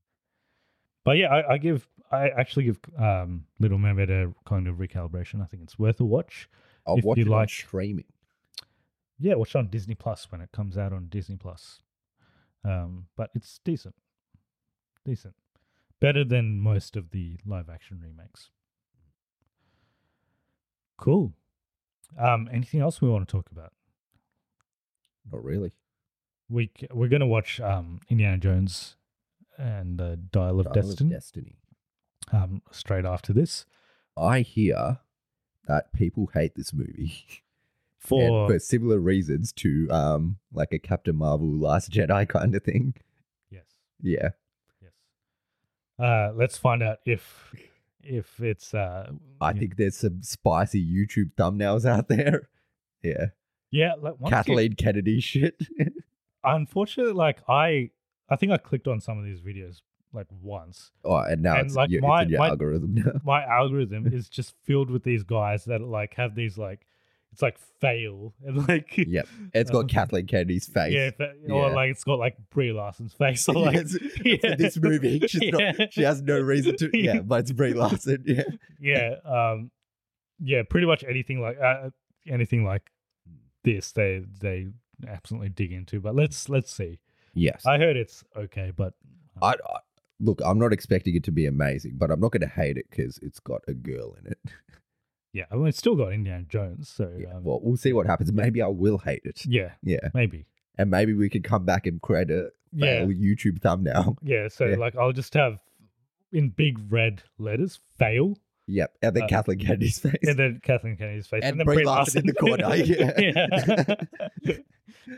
Speaker 1: But yeah, I, I give I actually give um Little Mermaid a cognitive recalibration. I think it's worth a watch.
Speaker 2: I'll
Speaker 1: If
Speaker 2: watch
Speaker 1: you
Speaker 2: it on
Speaker 1: like-
Speaker 2: streaming.
Speaker 1: Yeah, watch it on Disney Plus when it comes out on Disney Plus. Um, but it's decent, decent, better than most of the live action remakes. Cool. Um, anything else we want to talk about?
Speaker 2: Not really.
Speaker 1: we c- we're gonna watch um Indiana Jones and the Dial of
Speaker 2: Dial
Speaker 1: Destiny
Speaker 2: Destiny.
Speaker 1: um straight after this
Speaker 2: I hear that people hate this movie and
Speaker 1: for
Speaker 2: for similar reasons to um like a Captain Marvel, Last Jedi kind of thing.
Speaker 1: yes
Speaker 2: Yeah.
Speaker 1: yes uh let's find out if if it's uh
Speaker 2: I
Speaker 1: yeah.
Speaker 2: think there's some spicy YouTube thumbnails out there. Yeah.
Speaker 1: yeah like once you-
Speaker 2: Kathleen Kennedy shit.
Speaker 1: unfortunately like I I think I clicked on some of these videos like once
Speaker 2: oh, and now
Speaker 1: And,
Speaker 2: it's,
Speaker 1: like,
Speaker 2: your,
Speaker 1: my-
Speaker 2: it's in your
Speaker 1: my-
Speaker 2: algorithm now.
Speaker 1: my algorithm is just filled with these guys that like have these like it's like fail and like
Speaker 2: Yep. It's got
Speaker 1: um,
Speaker 2: Kathleen Kennedy's face.
Speaker 1: Yeah, fa- or
Speaker 2: Yeah.
Speaker 1: like it's got like Brie Larson's face. Or like
Speaker 2: Yes, for this movie, she's not- she has no reason to. Yeah, but it's Brie Larson. Yeah,
Speaker 1: yeah, um, yeah. Pretty much anything like uh, anything like this, they they absolutely dig into. But let's let's see.
Speaker 2: yes. I,
Speaker 1: I heard it's okay, but
Speaker 2: I, look. I'm not expecting it to be amazing, but I'm not going to hate it because it's got a girl in it.
Speaker 1: yeah, I mean, it's still got Indiana Jones. So
Speaker 2: Yeah,
Speaker 1: um,
Speaker 2: well, we'll see what happens. Maybe I will hate it.
Speaker 1: yeah,
Speaker 2: Yeah,
Speaker 1: maybe.
Speaker 2: and maybe we can come back and create a
Speaker 1: Yeah,
Speaker 2: fail YouTube thumbnail.
Speaker 1: yeah. So
Speaker 2: Yeah.
Speaker 1: like, I'll just have in big red letters fail,
Speaker 2: Yep, and then
Speaker 1: Uh,
Speaker 2: Kathleen Kennedy's face.
Speaker 1: and then Kathleen Kennedy's face,
Speaker 2: And
Speaker 1: then
Speaker 2: Brie Larson in the corner, yeah.
Speaker 1: Yeah.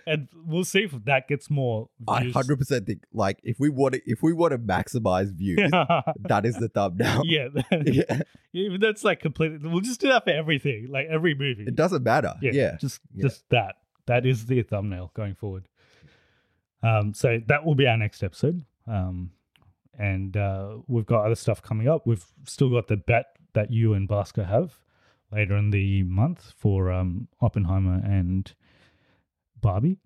Speaker 1: and we'll see if that gets more.
Speaker 2: I
Speaker 1: views.
Speaker 2: hundred percent think like if we want to if we want to maximize views, that is the thumbnail.
Speaker 1: yeah, that-
Speaker 2: Yeah,
Speaker 1: even that's like completely. We'll just do that for everything, like every movie.
Speaker 2: it doesn't matter. Yeah,
Speaker 1: just
Speaker 2: yeah.
Speaker 1: just that. That is the thumbnail going forward. Um, so that will be our next episode. Um, and uh, we've got other stuff coming up. We've still got the bet that you and Basca have later in the month for um, Oppenheimer and Barbie.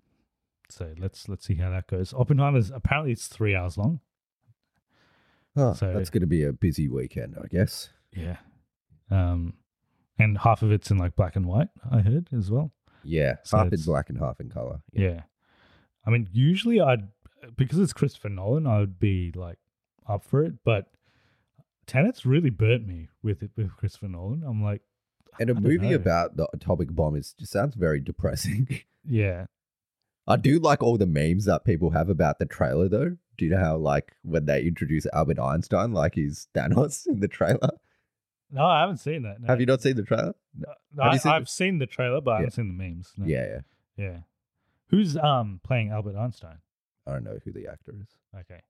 Speaker 1: So let's let's see how that goes. Oppenheimer's apparently it's three hours long.
Speaker 2: Huh,
Speaker 1: So-
Speaker 2: that's going to be a busy weekend, I guess.
Speaker 1: Yeah. Um, and half of it's in like black and white, I heard as well.
Speaker 2: Yeah,
Speaker 1: So
Speaker 2: half in
Speaker 1: it's-
Speaker 2: black and half in color.
Speaker 1: Yeah. I mean, usually I'd because it's Christopher Nolan, I would be like up for it, but Tenet's really burnt me with it with Christopher Nolan. I'm like
Speaker 2: And a
Speaker 1: I don't
Speaker 2: movie
Speaker 1: know.
Speaker 2: about the atomic bomb is just sounds very depressing.
Speaker 1: Yeah.
Speaker 2: I do like all the memes that people have about the trailer, though. Do you know how, like, when they introduce Albert Einstein, like he's Thanos in the trailer?
Speaker 1: No, I haven't seen that. no.
Speaker 2: Have you not seen the trailer?
Speaker 1: Uh,
Speaker 2: have
Speaker 1: I,
Speaker 2: you seen
Speaker 1: I've
Speaker 2: the-
Speaker 1: seen the trailer, but I
Speaker 2: Yeah.
Speaker 1: haven't seen the memes. no.
Speaker 2: Yeah, yeah.
Speaker 1: Yeah. Who's um playing Albert Einstein?
Speaker 2: I don't know who the actor is.
Speaker 1: Okay.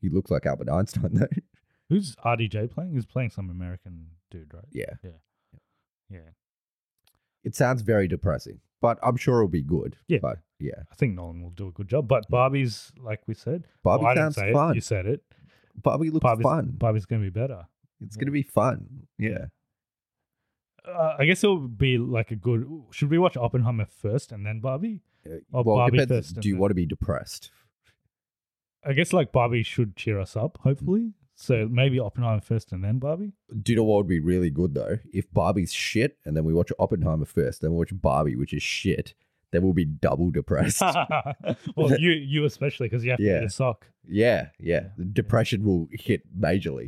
Speaker 2: He looks like Albert Einstein, though.
Speaker 1: Who's RDJ playing? He's playing some American dude, right?
Speaker 2: yeah.
Speaker 1: Yeah.
Speaker 2: It sounds very depressing, but I'm sure it'll be good.
Speaker 1: Yeah.
Speaker 2: But yeah.
Speaker 1: I think Nolan will do a good job. But Barbie's like we said.
Speaker 2: Barbie
Speaker 1: well, I didn't
Speaker 2: sounds
Speaker 1: say it,
Speaker 2: fun.
Speaker 1: You said it.
Speaker 2: Barbie looks
Speaker 1: Barbie's
Speaker 2: fun.
Speaker 1: Barbie's gonna be better.
Speaker 2: it's
Speaker 1: yeah.
Speaker 2: going to be fun. Yeah.
Speaker 1: Uh, I guess it'll be like a good. Should we watch Oppenheimer first and then Barbie?
Speaker 2: Uh,
Speaker 1: Or
Speaker 2: well,
Speaker 1: Barbie
Speaker 2: depends.
Speaker 1: first and
Speaker 2: Do you
Speaker 1: then-
Speaker 2: want to be depressed?
Speaker 1: I guess like Barbie should cheer us up,
Speaker 2: Mm-hmm.
Speaker 1: hopefully. So maybe Oppenheimer first and then Barbie.
Speaker 2: Do you know what would be really good though? If Barbie's shit, and then we watch Oppenheimer first, then we watch Barbie, which is shit, then we'll be double depressed.
Speaker 1: well, you you especially because you have to
Speaker 2: Yeah.
Speaker 1: get a sock.
Speaker 2: yeah, yeah. The depression will hit majorly.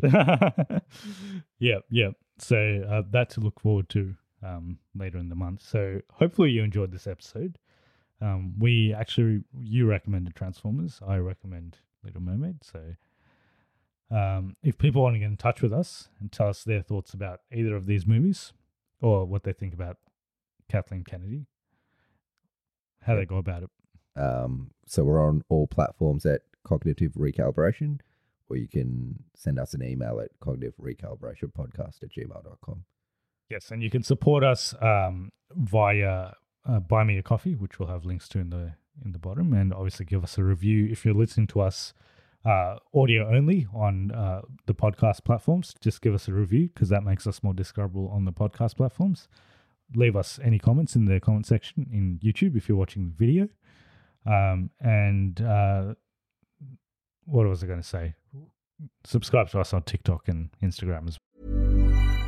Speaker 1: yep, yep. So uh, that to look forward to um, later in the month. So hopefully you enjoyed this episode. Um, we actually you recommended Transformers. I recommend Little Mermaid. So um, if people want to get in touch with us and tell us their thoughts about either of these movies or what they think about Kathleen Kennedy, how they go about it.
Speaker 2: Um, so we're on all platforms at Cognitive Recalibration, or you can send us an email at cognitive recalibration podcast at gmail.com.
Speaker 1: Yes, and you can support us um, via uh, Buy Me a Coffee, which we'll have links to in the in the bottom, and obviously give us a review if you're listening to us uh, audio only on uh, the podcast platforms. Just give us a review because that makes us more discoverable on the podcast platforms. Leave us any comments in the comment section in YouTube if you're watching the video. Um, and uh, what was I going to say? Subscribe to us on TikTok and Instagram as well.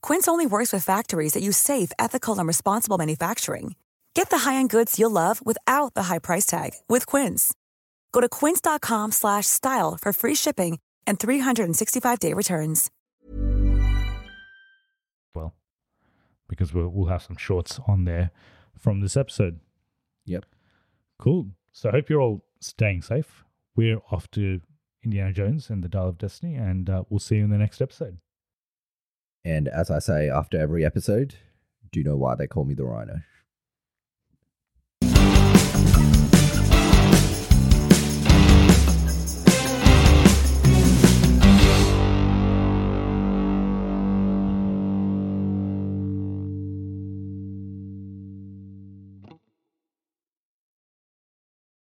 Speaker 4: Quince only works with factories that use safe, ethical, and responsible manufacturing. Get the high-end goods you'll love without the high price tag with Quince. Go to quince.com slash style for free shipping and 365-day returns.
Speaker 1: well, because we'll, we'll have some shorts on there from this episode.
Speaker 2: Yep.
Speaker 1: Cool. So I hope you're all staying safe. We're off to Indiana Jones and the Dial of Destiny, and uh, we'll see you in the next episode.
Speaker 2: And as I say after every episode, do you know why they call me the Rhino?